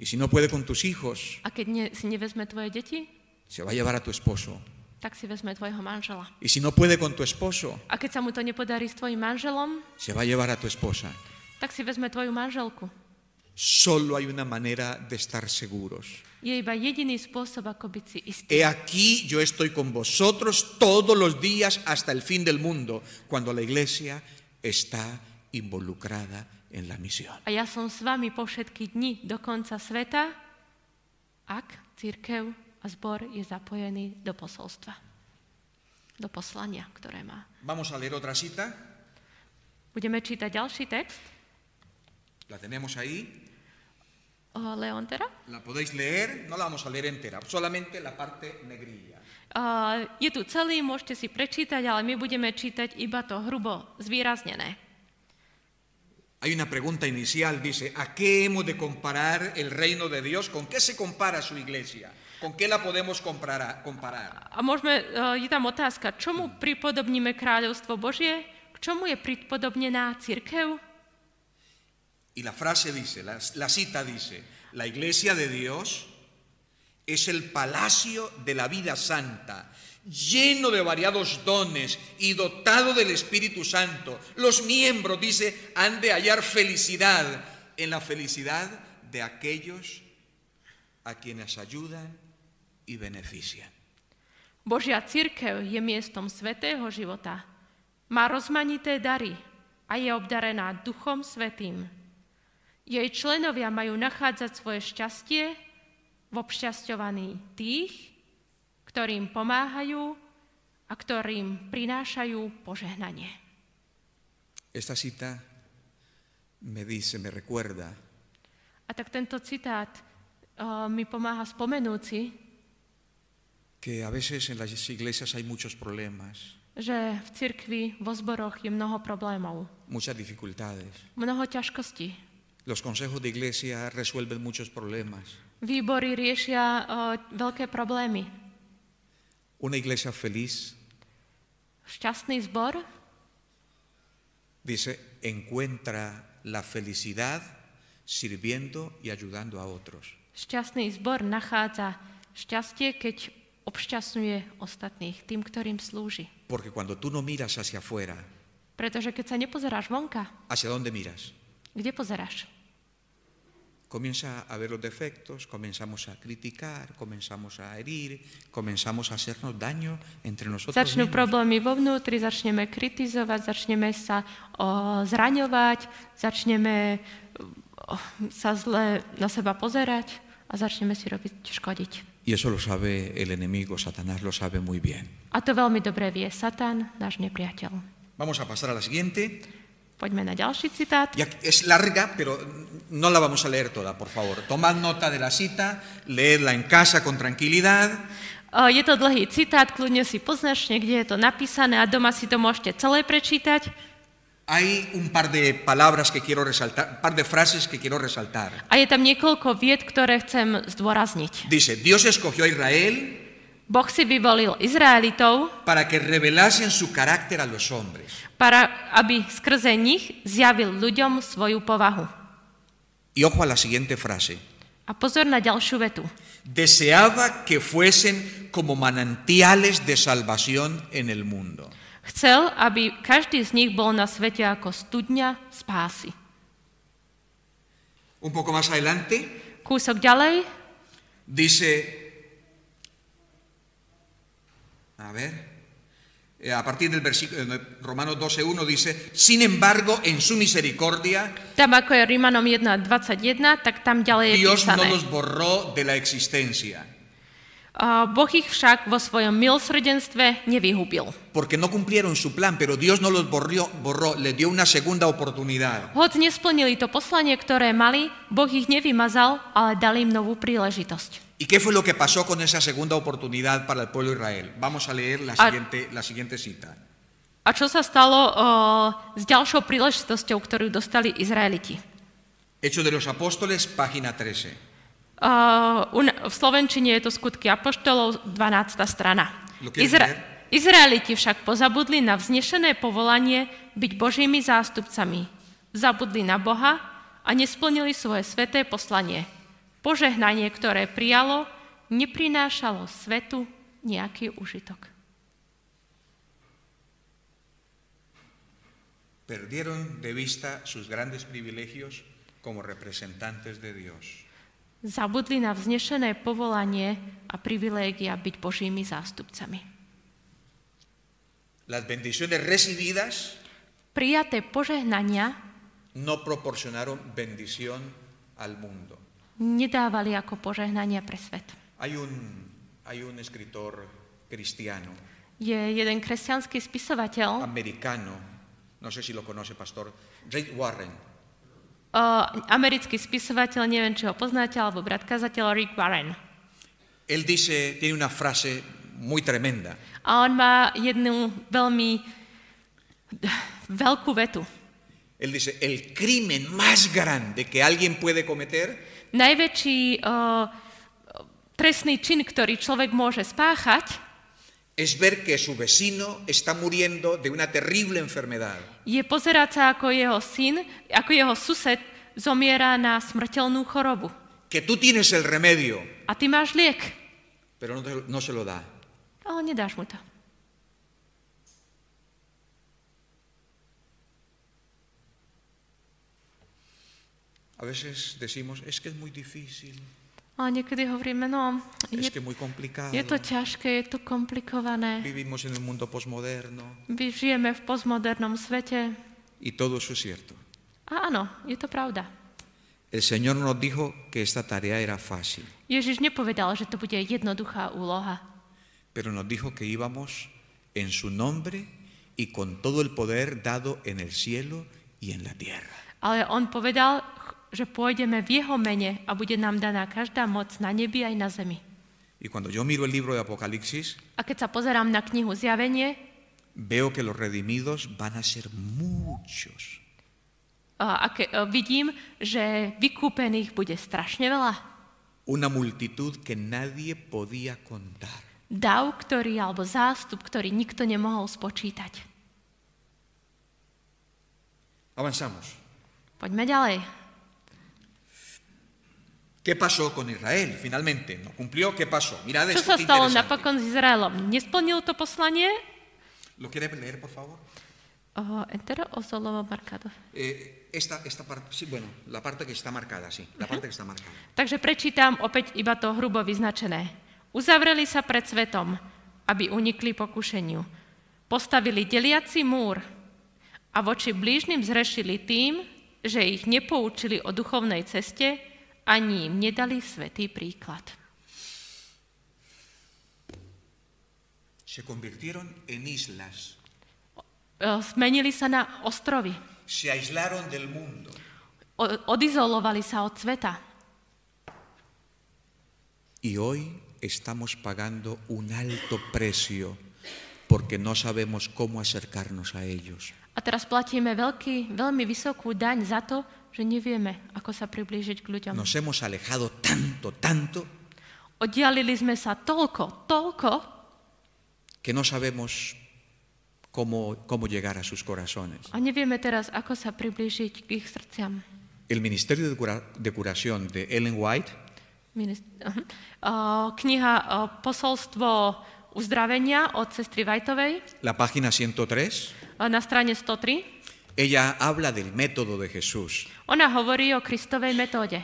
[SPEAKER 1] Y si no puede con tus hijos,
[SPEAKER 2] A keď ne, si nevezme tvoje deti,
[SPEAKER 1] se va a llevar a tu esposo.
[SPEAKER 2] tak si vezme tvojho manžela.
[SPEAKER 1] Y si no puede con tu esposo,
[SPEAKER 2] A keď sa mu to nepodarí s tvojim manželom,
[SPEAKER 1] se va a llevar a tu esposa.
[SPEAKER 2] tak si vezme tvoju manželku.
[SPEAKER 1] Solo hay una manera de estar seguros.
[SPEAKER 2] Je iba jediný spôsob, ako byť si istý.
[SPEAKER 1] He aquí yo estoy con vosotros todos los días hasta el fin del mundo, cuando la iglesia está involucrada en la misión.
[SPEAKER 2] A ja som s vami po všetky dni do konca sveta, ak církev a zbor je zapojený do posolstva, do poslania, ktoré má.
[SPEAKER 1] Vamos a leer otra cita,
[SPEAKER 2] Budeme čítať ďalší text.
[SPEAKER 1] la tenemos ahí,
[SPEAKER 2] O Leontera.
[SPEAKER 1] la podéis leer, no la vamos a leer entera, solamente la parte negrilla.
[SPEAKER 2] Uh, je tu celý, môžete si prečítať, ale my budeme čítať iba to hrubo zvýraznené.
[SPEAKER 1] Hay una pregunta inicial, dice, ¿a qué hemos de comparar el reino de Dios? ¿Con qué se compara su iglesia? ¿Con qué la podemos comparar? comparar?
[SPEAKER 2] A môžeme, eh, je tam otázka, čomu pripodobníme kráľovstvo Božie, k čomu je pripodobnená církev?
[SPEAKER 1] Y la frase dice, la, la cita dice, la iglesia de Dios es el palacio de la vida santa, lleno de variados dones y dotado del Espíritu Santo. Los miembros, dice, han de hallar felicidad en la felicidad de aquellos a quienes ayudan y benefician.
[SPEAKER 2] Božia církev je miestom svetého života. Má rozmanité dary a je obdarená Duchom Svetým. Jej členovia majú nachádzať svoje šťastie v obšťasťovaní tých, ktorým pomáhajú a ktorým prinášajú požehnanie.
[SPEAKER 1] Esta cita me dice, me recuerda
[SPEAKER 2] A tak tento citát eh, mi pomáha spomenúť si,
[SPEAKER 1] que a veces en las iglesias hay muchos problemas,
[SPEAKER 2] že v cirkvi, vo zboroch je mnoho problémov,
[SPEAKER 1] muchas dificultades.
[SPEAKER 2] mnoho ťažkostí.
[SPEAKER 1] Los consejos de iglesia resuelven muchos problemas.
[SPEAKER 2] Výbory riešia eh, veľké problémy.
[SPEAKER 1] Una iglesia feliz
[SPEAKER 2] Šťastný zbor
[SPEAKER 1] Dice, encuentra la felicidad sirviendo y ayudando a otros.
[SPEAKER 2] Šťastný zbor nachádza šťastie, keď obšťastňuje ostatných, tým, ktorým slúži.
[SPEAKER 1] Porque cuando tú no miras hacia afuera,
[SPEAKER 2] Pretože keď sa nepozeráš vonka,
[SPEAKER 1] ¿hacia dónde miras?
[SPEAKER 2] kde pozeráš?
[SPEAKER 1] Comienza a ver los defectos, comenzamos a criticar, comenzamos a herir, comenzamos a hacernos daño entre nosotros.
[SPEAKER 2] Začnú
[SPEAKER 1] mismos.
[SPEAKER 2] problémy vo vnútri, začneme kritizovať, začneme sa o, zraňovať, začneme o, sa zle na seba pozerať a začneme si robiť škodiť.
[SPEAKER 1] Y eso lo sabe el enemigo, Satanás lo sabe muy bien.
[SPEAKER 2] A to veľmi dobre vie Satan, náš nepriateľ.
[SPEAKER 1] Vamos a pasar a la siguiente.
[SPEAKER 2] Poďme na ďalší citát.
[SPEAKER 1] Ya que es larga, pero no la vamos a leer toda, por favor. Tomad nota de la cita, leedla en casa con tranquilidad.
[SPEAKER 2] O, Je to dlhý citát, kľudne si poznačne, kde je to napísané a doma si to môžete celé prečítať.
[SPEAKER 1] Hay un par de palabras que quiero resaltar, un par de frases que quiero resaltar.
[SPEAKER 2] A je tam niekoľko vied, ktoré chcem zdôrazniť.
[SPEAKER 1] Dice, Dios escogió a Israel
[SPEAKER 2] Boh si vyvolil Izraelitov,
[SPEAKER 1] para que revelasen su carácter a los hombres.
[SPEAKER 2] para, aby skrze nich zjavil ľuďom svoju povahu.
[SPEAKER 1] Y ojo a la siguiente frase.
[SPEAKER 2] A pozor na ďalšiu vetu.
[SPEAKER 1] Deseaba que fuesen como manantiales de salvación en el mundo.
[SPEAKER 2] Chcel, aby každý z nich bol na svete ako studňa spásy.
[SPEAKER 1] Un poco más adelante
[SPEAKER 2] Kúsok ďalej,
[SPEAKER 1] dice, a ver, eh, a partir del versículo eh, Romanos 12.1 dice, sin embargo, en su misericordia
[SPEAKER 2] tam ako je Rímanom 1.21, tak tam ďalej je
[SPEAKER 1] Dios no
[SPEAKER 2] písané.
[SPEAKER 1] los borró de la existencia,
[SPEAKER 2] A Boh ich však vo svojom milosrdenstve nevyhubil.
[SPEAKER 1] porque no cumplieron su plan, pero Dios no los borrió- borró, le dio una segunda oportunidad.
[SPEAKER 2] Hoď nesplnili to poslanie, ktoré mali, Boh ich nevymazal, ale dal im novú príležitosť.
[SPEAKER 1] ¿Y qué fue lo que pasó con esa segunda oportunidad para el pueblo de Israel? Vamos a leer la
[SPEAKER 2] Ah.
[SPEAKER 1] siguiente, la siguiente cita.
[SPEAKER 2] A čo sa stalo o, s ďalšou príležitosťou, ktorú dostali Izraeliti?
[SPEAKER 1] Hechos de los Apóstoles, página 13.
[SPEAKER 2] O, un- Eh, v Slovenčine je to skutky apoštolov, 12. strana.
[SPEAKER 1] Lo que je ver.
[SPEAKER 2] Izraeliti však pozabudli na vznešené povolanie byť Božími zástupcami. Zabudli na Boha a nesplnili svoje sveté poslanie. Požehnanie, ktoré prijalo, neprinášalo svetu nejaký užitok.
[SPEAKER 1] Perdieron de vista sus grandes privilegios como representantes de Dios.
[SPEAKER 2] Zabudli na vznešené povolanie a privilégia byť Božími zástupcami.
[SPEAKER 1] Las bendiciones recibidas
[SPEAKER 2] Prijaté požehnania
[SPEAKER 1] no proporcionaron bendición al mundo.
[SPEAKER 2] nedávali ako požehnania pre svet.
[SPEAKER 1] Hay un, hay un escritor cristiano
[SPEAKER 2] Je jeden kresťanský spisovateľ,
[SPEAKER 1] americano, no sé si lo conoce, pastor, Rick Warren.
[SPEAKER 2] o, americký spisovateľ, neviem, či ho poznáte, alebo brat kazateľ Rick Warren.
[SPEAKER 1] Él dice, tiene una frase muy tremenda.
[SPEAKER 2] A on má jednu veľmi veľkú vetu.
[SPEAKER 1] Él dice, el crimen más grande que alguien puede cometer
[SPEAKER 2] Najväčší uh, trestný čin, ktorý človek môže spáchať,
[SPEAKER 1] es ver que su vecino está muriendo de una terrible enfermedad.
[SPEAKER 2] je pozerať sa, ako jeho syn, ako jeho sused zomiera na smrteľnú chorobu.
[SPEAKER 1] Que tú tienes el remedio,
[SPEAKER 2] A ty máš liek,
[SPEAKER 1] pero no, te- no se lo da.
[SPEAKER 2] ale nedáš mu to.
[SPEAKER 1] A veces decimos, es que es muy difícil,
[SPEAKER 2] A niekedy hovoríme, no,
[SPEAKER 1] es
[SPEAKER 2] je,
[SPEAKER 1] que muy complicado.
[SPEAKER 2] je to ťažké, je to komplikované.
[SPEAKER 1] Vivimos en el mundo posmoderno.
[SPEAKER 2] My žijeme v postmodernom svete.
[SPEAKER 1] Y todo eso es cierto.
[SPEAKER 2] A áno, je to pravda.
[SPEAKER 1] El Señor nos dijo que esta tarea era fácil,
[SPEAKER 2] Ježiš nepovedal, že to bude jednoduchá úloha,
[SPEAKER 1] pero nos dijo que íbamos en su nombre y con todo el poder dado en el cielo y en la tierra.
[SPEAKER 2] ale on povedal, že pôjdeme v jeho mene a bude nám daná každá moc na nebi aj na zemi.
[SPEAKER 1] Y cuando yo miro el libro de Apocalipsis,
[SPEAKER 2] A keď sa pozerám na knihu Zjavenie,
[SPEAKER 1] veo que los redimidos van a ser muchos.
[SPEAKER 2] a a ke, a vidím, že vykúpených bude strašne veľa.
[SPEAKER 1] Una multitud que nadie podía contar.
[SPEAKER 2] Dav, ktorý, alebo zástup, ktorý nikto nemohol spočítať.
[SPEAKER 1] Avanzamos.
[SPEAKER 2] Poďme ďalej.
[SPEAKER 1] ¿Qué pasó con Israel finalmente? ¿No cumplió? ¿Qué pasó? Mirad
[SPEAKER 2] Čo
[SPEAKER 1] esto.
[SPEAKER 2] sa
[SPEAKER 1] qué
[SPEAKER 2] stalo
[SPEAKER 1] interesante.
[SPEAKER 2] napokon s Izraelom? Nesplnil to poslanie?
[SPEAKER 1] ¿Lo quieres leer, por favor?
[SPEAKER 2] O, entero o solovo markado?
[SPEAKER 1] Eh, esta, esta parte, sí, bueno, la parte que está marcada, sí, la parte que está marcada.
[SPEAKER 2] Takže prečítam opäť iba to hrubo vyznačené. Uzavreli sa pred svetom, aby unikli pokušeniu. Postavili deliaci múr a voči blížnym zrešili tým, že ich nepoučili o duchovnej ceste, ani im nedali svetý príklad. E,
[SPEAKER 1] Se convirtieron en islas,
[SPEAKER 2] E, Zmenili sa na ostrovy,
[SPEAKER 1] se aislaron del mundo.
[SPEAKER 2] O- odizolovali sa od sveta.
[SPEAKER 1] Y hoy estamos pagando un alto precio porque no sabemos cómo acercarnos a ellos.
[SPEAKER 2] A teraz platíme veľký, veľmi vysokú daň za to, že nevieme, ako sa priblížiť k ľuďom.
[SPEAKER 1] Nos hemos alejado tanto, tanto,
[SPEAKER 2] Oddialili sme sa toľko, toľko,
[SPEAKER 1] que no sabemos cómo, cómo llegar a sus corazones.
[SPEAKER 2] A nevieme teraz, ako sa priblížiť k ich srdciam.
[SPEAKER 1] El Ministerio de, Cura- de Curación de Ellen White
[SPEAKER 2] Minist- Aha. Ó, Kniha ó, Posolstvo uzdravenia od sestry Vajtovej
[SPEAKER 1] La página 103,
[SPEAKER 2] ó, na strane 103.
[SPEAKER 1] ella habla del método de Jesús
[SPEAKER 2] Ona hovorí o Kristovej metóde.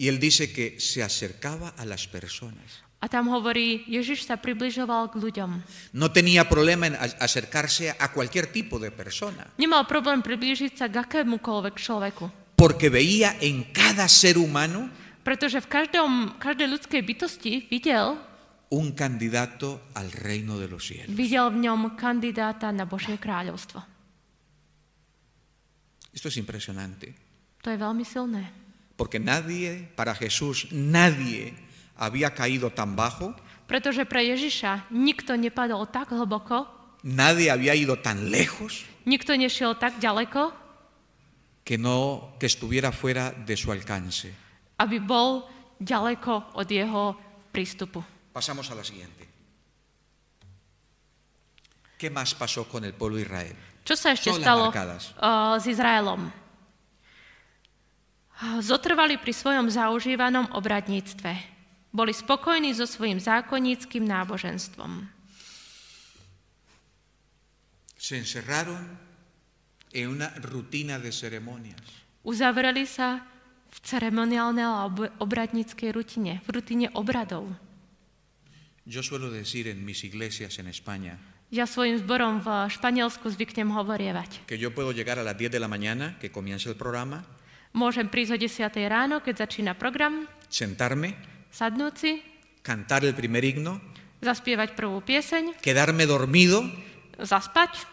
[SPEAKER 1] y él dice que se acercaba a las personas.
[SPEAKER 2] A tam hovorí, Ježiš sa približoval k ľuďom.
[SPEAKER 1] No tenía problema en a- acercarse a cualquier tipo de persona,
[SPEAKER 2] Nemal problém priblížiť sa k akémukoľvek človeku.
[SPEAKER 1] porque veía en cada ser humano
[SPEAKER 2] Pretože v každom, každej ľudskej bytosti videl,
[SPEAKER 1] un candidato al reino de los cielos.
[SPEAKER 2] videl v ňom kandidáta na Božie kráľovstvo.
[SPEAKER 1] Esto es impresionante,
[SPEAKER 2] To je veľmi silné.
[SPEAKER 1] porque nadie, para Jesús, nadie había caído tan bajo,
[SPEAKER 2] Pretože pre Ježiša nikto nepadol tak hlboko,
[SPEAKER 1] nadie había ido tan lejos
[SPEAKER 2] Nikto nešiel tak ďaleko,
[SPEAKER 1] que no que estuviera fuera de su alcance.
[SPEAKER 2] aby bol ďaleko od jeho prístupu.
[SPEAKER 1] Pasamos a la siguiente. ¿Qué más pasó con el pueblo de Israel?
[SPEAKER 2] Čo sa ešte
[SPEAKER 1] Čo len
[SPEAKER 2] stalo
[SPEAKER 1] arkádas?
[SPEAKER 2] uh, s Izraelom? Zotrvali pri svojom zaužívanom obradníctve. Boli spokojní so svojim zákonníckým náboženstvom.
[SPEAKER 1] Se encerraron en una rutina de ceremonias.
[SPEAKER 2] Uzavreli sa v ceremoniálnej a ob- obradníckej rutine, v rutine obradov.
[SPEAKER 1] Yo suelo decir en mis iglesias en España
[SPEAKER 2] Ja svojim zborom v Španielsku zvyknem hovorievať.
[SPEAKER 1] que yo puedo llegar a las 10 de la mañana, que comienza el programa,
[SPEAKER 2] Môžem prísť o 10. ráno, keď začína program,
[SPEAKER 1] sentarme,
[SPEAKER 2] sadnúť si,
[SPEAKER 1] cantar el primer himno,
[SPEAKER 2] zaspievať prvú pieseň,
[SPEAKER 1] quedarme dormido
[SPEAKER 2] zaspať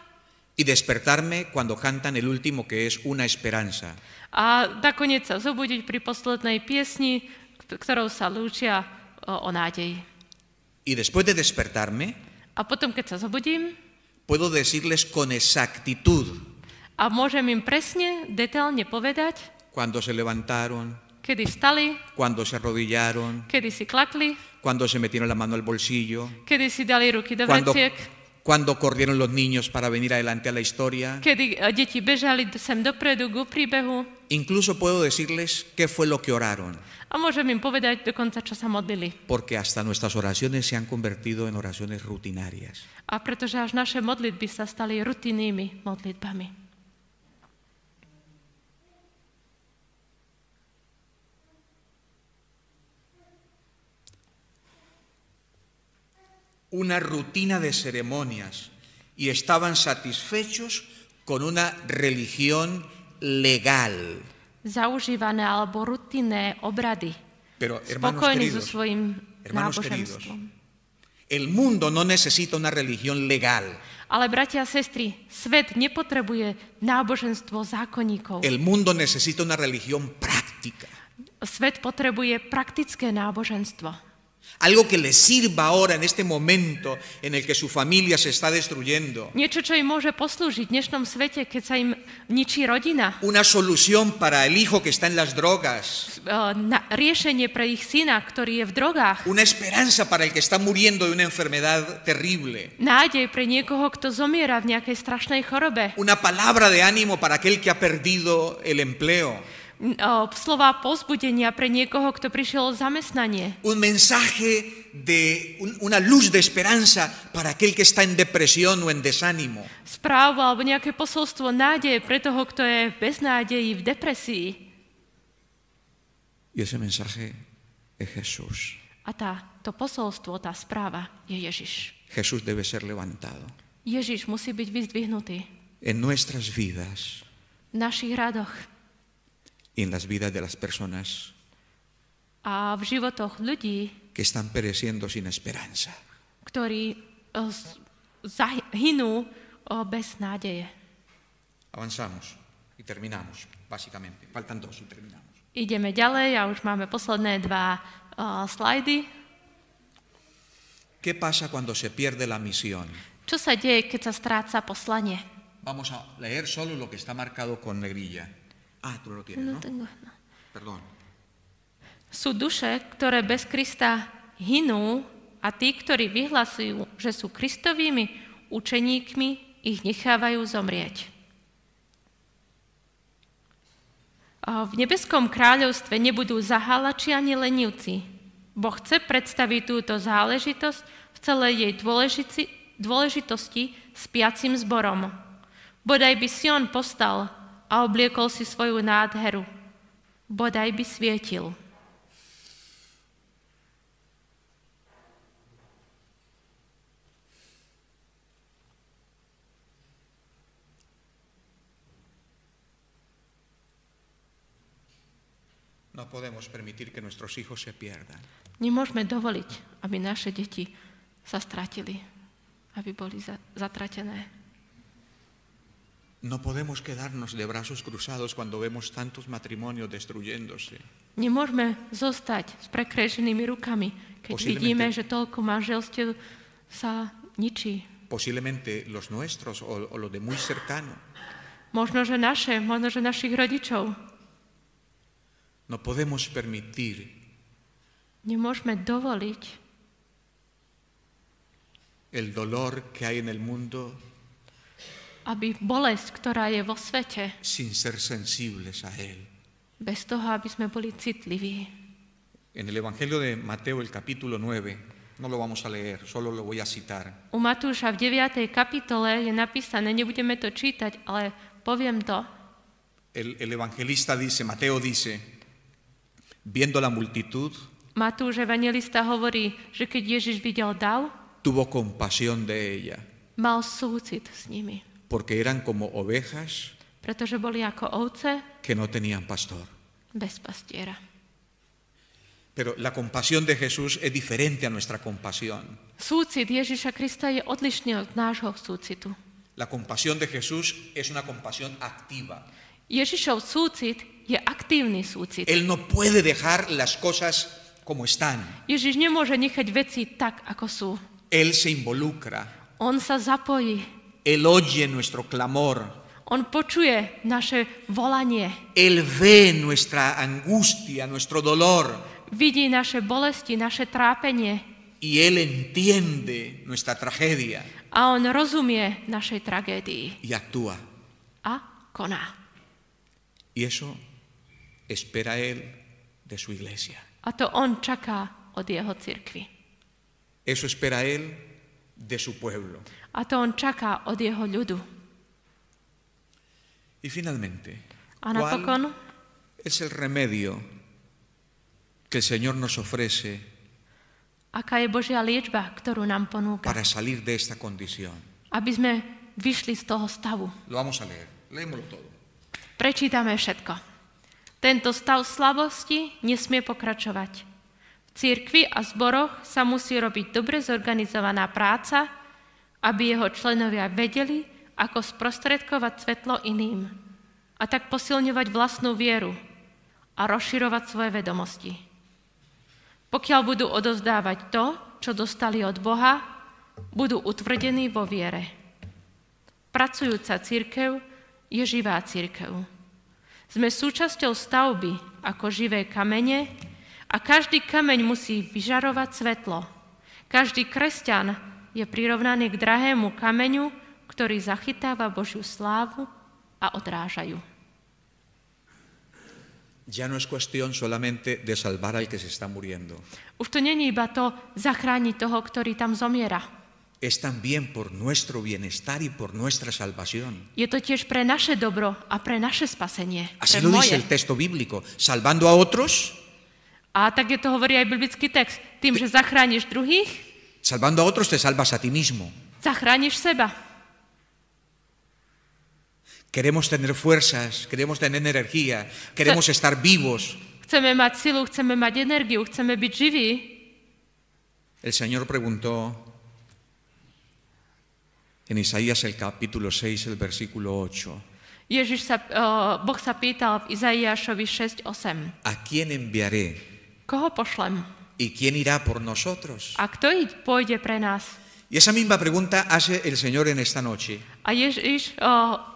[SPEAKER 1] y despertarme cuando cantan el último que es Una Esperanza.
[SPEAKER 2] a nakoniec sa zobudiť pri poslednej piesni, k- ktorou sa lúčia e, o, o nádeji.
[SPEAKER 1] Y después de despertarme,
[SPEAKER 2] A potom, keď sa zobudím,
[SPEAKER 1] puedo decirles con exactitud
[SPEAKER 2] A môžem im presne, detailne povedať,
[SPEAKER 1] cuando se levantaron,
[SPEAKER 2] kedy stali,
[SPEAKER 1] cuando se arrodillaron,
[SPEAKER 2] kedy si klakli,
[SPEAKER 1] cuando se metieron la mano al bolsillo,
[SPEAKER 2] kedy si dali ruky do
[SPEAKER 1] cuando,
[SPEAKER 2] vreciek,
[SPEAKER 1] cuando corrieron los niños para venir adelante a la historia.
[SPEAKER 2] kedy eh, deti bežali sem dopredu ku príbehu
[SPEAKER 1] Incluso puedo decirles qué fue lo que oraron,
[SPEAKER 2] a môžem im povedať dokonca, čo sa modlili.
[SPEAKER 1] porque hasta nuestras oraciones se han convertido en oraciones rutinarias.
[SPEAKER 2] A pretože až naše modlitby sa stali rutinnými modlitbami.
[SPEAKER 1] Una rutina de ceremonias y estaban satisfechos con una religión legal.
[SPEAKER 2] Zaužívané alebo rutinné obrady.
[SPEAKER 1] Pero, hermanos
[SPEAKER 2] Spokojní so
[SPEAKER 1] queridos,
[SPEAKER 2] svojím
[SPEAKER 1] hermanos queridos,
[SPEAKER 2] náboženstvom.
[SPEAKER 1] el mundo no necesita una religión legal.
[SPEAKER 2] Ale bratia a sestry, svet nepotrebuje náboženstvo zákonníkov.
[SPEAKER 1] El mundo necesita una religión práctica.
[SPEAKER 2] Svet potrebuje praktické náboženstvo.
[SPEAKER 1] Algo que les sirva ahora en este momento en el que su familia se está destruyendo.
[SPEAKER 2] Niečo, čo im môže poslúžiť v dnešnom svete, keď sa im ničí rodina.
[SPEAKER 1] Una solución para el hijo que está en las drogas.
[SPEAKER 2] S- e, Na, riešenie pre ich syna, ktorý je v drogách.
[SPEAKER 1] Una esperanza para el que está muriendo de una enfermedad terrible.
[SPEAKER 2] Nádej pre niekoho, kto zomiera v nejakej strašnej chorobe.
[SPEAKER 1] Una palabra de ánimo para aquel que ha perdido el empleo.
[SPEAKER 2] N- o, Slova pozbudenia pre niekoho, kto prišiel o zamestnanie.
[SPEAKER 1] Un mensaje de un- una luz de esperanza para aquel que está en depresión o en desánimo.
[SPEAKER 2] Správu alebo nejaké posolstvo nádeje pre toho, kto je v beznádeji, v depresii.
[SPEAKER 1] Y ese mensaje es Jesús.
[SPEAKER 2] A tá, to posolstvo, tá správa je Ježiš.
[SPEAKER 1] Jesús debe ser levantado
[SPEAKER 2] Ježiš musí byť vyzdvihnutý
[SPEAKER 1] en nuestras vidas
[SPEAKER 2] v našich radoch
[SPEAKER 1] y en las vidas de las personas
[SPEAKER 2] a v životoch ľudí,
[SPEAKER 1] que están pereciendo sin esperanza.
[SPEAKER 2] ktorí eh, s- zahynú eh, bez nádeje.
[SPEAKER 1] Avanzamos y terminamos, básicamente. Faltan dos y terminamos.
[SPEAKER 2] Ideme ďalej a už máme posledné dva eh, slajdy.
[SPEAKER 1] ¿Qué pasa cuando se pierde la misión?
[SPEAKER 2] Čo sa deje, keď sa stráca poslanie?
[SPEAKER 1] Vamos a leer solo lo que está marcado con negrilla. Ah, tú no lo tienes,
[SPEAKER 2] No,
[SPEAKER 1] ¿no?
[SPEAKER 2] tengo- no.
[SPEAKER 1] Perdón.
[SPEAKER 2] Sú duše, ktoré bez Krista hinú a tí, ktorí vyhlasujú, že sú Kristovými učeníkmi, ich nechávajú zomrieť. A V nebeskom kráľovstve nebudú zahalači ani lenivci. Boh chce predstaviť túto záležitosť v celej jej dôležici- dôležitosti s piacim zborom. Bodaj by Sion postal a obliekol si svoju nádheru. Bodaj by svietil.
[SPEAKER 1] No podemos permitir que nuestros hijos se pierdan.
[SPEAKER 2] Nemôžeme dovoliť, aby naše deti sa stratili, aby boli za- zatratené.
[SPEAKER 1] No podemos quedarnos de brazos cruzados cuando vemos tantos matrimonios destruyéndose.
[SPEAKER 2] Nemôžeme zostať s prekreženými rukami, keď
[SPEAKER 1] Posiblemente-
[SPEAKER 2] vidíme, že toľko manželstiev sa ničí.
[SPEAKER 1] Posiblemente los nuestros o, o los de muy cercano.
[SPEAKER 2] Možno, že naše, možno, že našich rodičov.
[SPEAKER 1] No podemos permitir
[SPEAKER 2] Nemôžeme dovoliť,
[SPEAKER 1] el dolor que hay en el mundo
[SPEAKER 2] aby bolesť, ktorá je vo svete,
[SPEAKER 1] sin ser sensibles a él.
[SPEAKER 2] bez toho, aby sme boli citliví.
[SPEAKER 1] En el Evangelio de Mateo, el capítulo 9, no lo vamos a leer, solo lo voy a citar.
[SPEAKER 2] U Matúša v 9. kapitole je napísané, nebudeme to čítať, ale poviem to,
[SPEAKER 1] El, el evangelista dice, Mateo dice, viendo la multitud,
[SPEAKER 2] Matúš evangelista hovorí, že keď Ježiš videl dav,
[SPEAKER 1] tuvo compasión de ella,
[SPEAKER 2] mal súcit s nimi,
[SPEAKER 1] porque eran como ovejas
[SPEAKER 2] pretože boli ako ovce
[SPEAKER 1] que no tenían pastor.
[SPEAKER 2] bez pastiera.
[SPEAKER 1] Pero la compasión de Jesús es diferente a nuestra compasión.
[SPEAKER 2] Súcit Ježiša Krista je odlišný od nášho súcitu.
[SPEAKER 1] La compasión de Jesús es una compasión activa.
[SPEAKER 2] Ježišov súcit je aktívny súcit.
[SPEAKER 1] Él no puede dejar las cosas como están.
[SPEAKER 2] Ježiš nemôže nechať veci tak, ako sú.
[SPEAKER 1] Él se involucra,
[SPEAKER 2] On sa zapojí,
[SPEAKER 1] Él oye nuestro clamor,
[SPEAKER 2] On počuje naše volanie,
[SPEAKER 1] Él ve nuestra angustia, nuestro dolor,
[SPEAKER 2] vidí naše bolesti, naše trápenie
[SPEAKER 1] y Él entiende nuestra tragedia
[SPEAKER 2] a on rozumie našej tragédii
[SPEAKER 1] y actúa.
[SPEAKER 2] a koná.
[SPEAKER 1] Y eso espera Él de su iglesia.
[SPEAKER 2] A to on čaká od jeho cirkvy.
[SPEAKER 1] Eso espera Él de su pueblo.
[SPEAKER 2] A to on čaká od jeho ľudu.
[SPEAKER 1] Y finalmente, ¿cuál
[SPEAKER 2] A napokon,
[SPEAKER 1] es el remedio que el Señor nos ofrece
[SPEAKER 2] aká je Božia liečba, ktorú nám ponúka,
[SPEAKER 1] para salir de esta condición?
[SPEAKER 2] aby sme vyšli z toho stavu.
[SPEAKER 1] Lo vamos a leer, leémoslo todo.
[SPEAKER 2] Prečítame všetko. Tento stav slabosti nesmie pokračovať. V cirkvi a zboroch sa musí robiť dobre zorganizovaná práca, aby jeho členovia vedeli, ako sprostredkovať svetlo iným a tak posilňovať vlastnú vieru a rozširovať svoje vedomosti. Pokiaľ budú odozdávať to, čo dostali od Boha, budú utvrdení vo viere. Pracujúca církev je živá církev. Sme súčasťou stavby ako živé kamene a každý kameň musí vyžarovať svetlo. Každý kresťan je prirovnaný k drahému kameňu, ktorý zachytáva Božiu slávu a odrážajú.
[SPEAKER 1] Ya no es cuestión solamente de salvar al que se está muriendo,
[SPEAKER 2] Už to není iba to zachrániť toho, ktorý tam zomiera.
[SPEAKER 1] es también por nuestro bienestar y por nuestra salvación.
[SPEAKER 2] Je to tiež pre naše dobro a pre naše spasenie.
[SPEAKER 1] Así
[SPEAKER 2] Pre
[SPEAKER 1] lo dice
[SPEAKER 2] moje.
[SPEAKER 1] el texto bíblico, salvando a otros,
[SPEAKER 2] A tak je to hovorí aj biblický text. Tým, že zachrániš druhých,
[SPEAKER 1] salvando a otros te salvas a ti mismo.
[SPEAKER 2] zachrániš seba.
[SPEAKER 1] Queremos tener fuerzas, queremos tener energía, queremos estar vivos.
[SPEAKER 2] Chceme mať silu, chceme mať energiu, chceme byť živí.
[SPEAKER 1] El Señor preguntó en Isaías el capítulo 6, el versículo 8,
[SPEAKER 2] Ježiš sa, eh, boh sa pýtal v Izaiášovi 6.8.
[SPEAKER 1] ¿a quién enviaré?
[SPEAKER 2] Koho pošlem?
[SPEAKER 1] ¿Y quién irá por nosotros?
[SPEAKER 2] A kto id, pôjde pre nás?
[SPEAKER 1] Y esa misma pregunta hace el Señor en esta noche.
[SPEAKER 2] A Ježiš eh,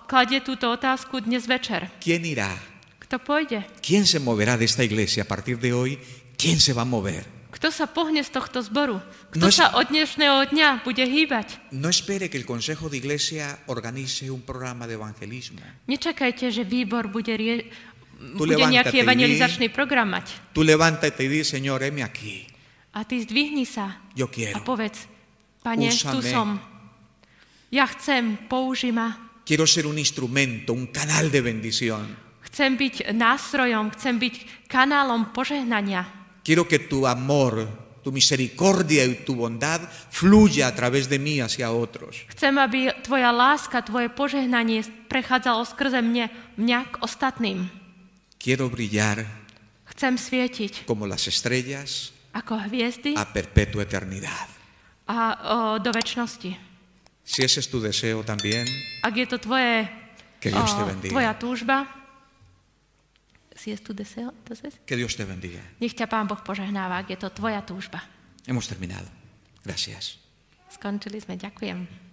[SPEAKER 2] kladie túto otázku dnes večer.
[SPEAKER 1] ¿Quién irá?
[SPEAKER 2] Kto pôjde?
[SPEAKER 1] ¿Quién se moverá de esta iglesia a partir de hoy? ¿Quién se va a mover?
[SPEAKER 2] Kto sa pohne z tohto zboru?
[SPEAKER 1] No
[SPEAKER 2] Kto
[SPEAKER 1] je-
[SPEAKER 2] sa od dnešného dňa bude hýbať?
[SPEAKER 1] No espere que el Consejo de Iglesia organice un programa de evangelismo.
[SPEAKER 2] Nečakajte, že výbor bude, rie- bude
[SPEAKER 1] levántate,
[SPEAKER 2] nejaký
[SPEAKER 1] Ili.
[SPEAKER 2] evangelizačný program mať.
[SPEAKER 1] Tú levántate y di, Señor, heme aquí.
[SPEAKER 2] A ty zdvihni sa
[SPEAKER 1] Yo
[SPEAKER 2] a
[SPEAKER 1] quiero.
[SPEAKER 2] povedz, pane, tu
[SPEAKER 1] Úsame.
[SPEAKER 2] som. Ja chcem, použi ma.
[SPEAKER 1] Quiero ser un instrumento, un canal de bendición.
[SPEAKER 2] Chcem byť nástrojom, chcem byť kanálom požehnania.
[SPEAKER 1] Quiero que tu amor, tu misericordia y tu bondad fluya a través de mí hacia otros.
[SPEAKER 2] Chcem, aby tvoja láska, tvoje požehnanie prechádzalo skrze mne, mňa k ostatným.
[SPEAKER 1] Quiero brillar
[SPEAKER 2] Chcem svietiť
[SPEAKER 1] como las estrellas
[SPEAKER 2] ako hviezdy a,
[SPEAKER 1] a perpetua eternidad.
[SPEAKER 2] o, do väčšnosti.
[SPEAKER 1] Si ese es tu deseo también,
[SPEAKER 2] Ak je to tvoje,
[SPEAKER 1] que Dios te
[SPEAKER 2] o,
[SPEAKER 1] bendiga.
[SPEAKER 2] tvoja túžba, si es tu deseo, entonces?
[SPEAKER 1] Que Dios te bendiga.
[SPEAKER 2] Nech ťa Pán Boh požehnáva, ak je to tvoja túžba.
[SPEAKER 1] Hemos terminado. Gracias.
[SPEAKER 2] Skončili sme, ďakujem.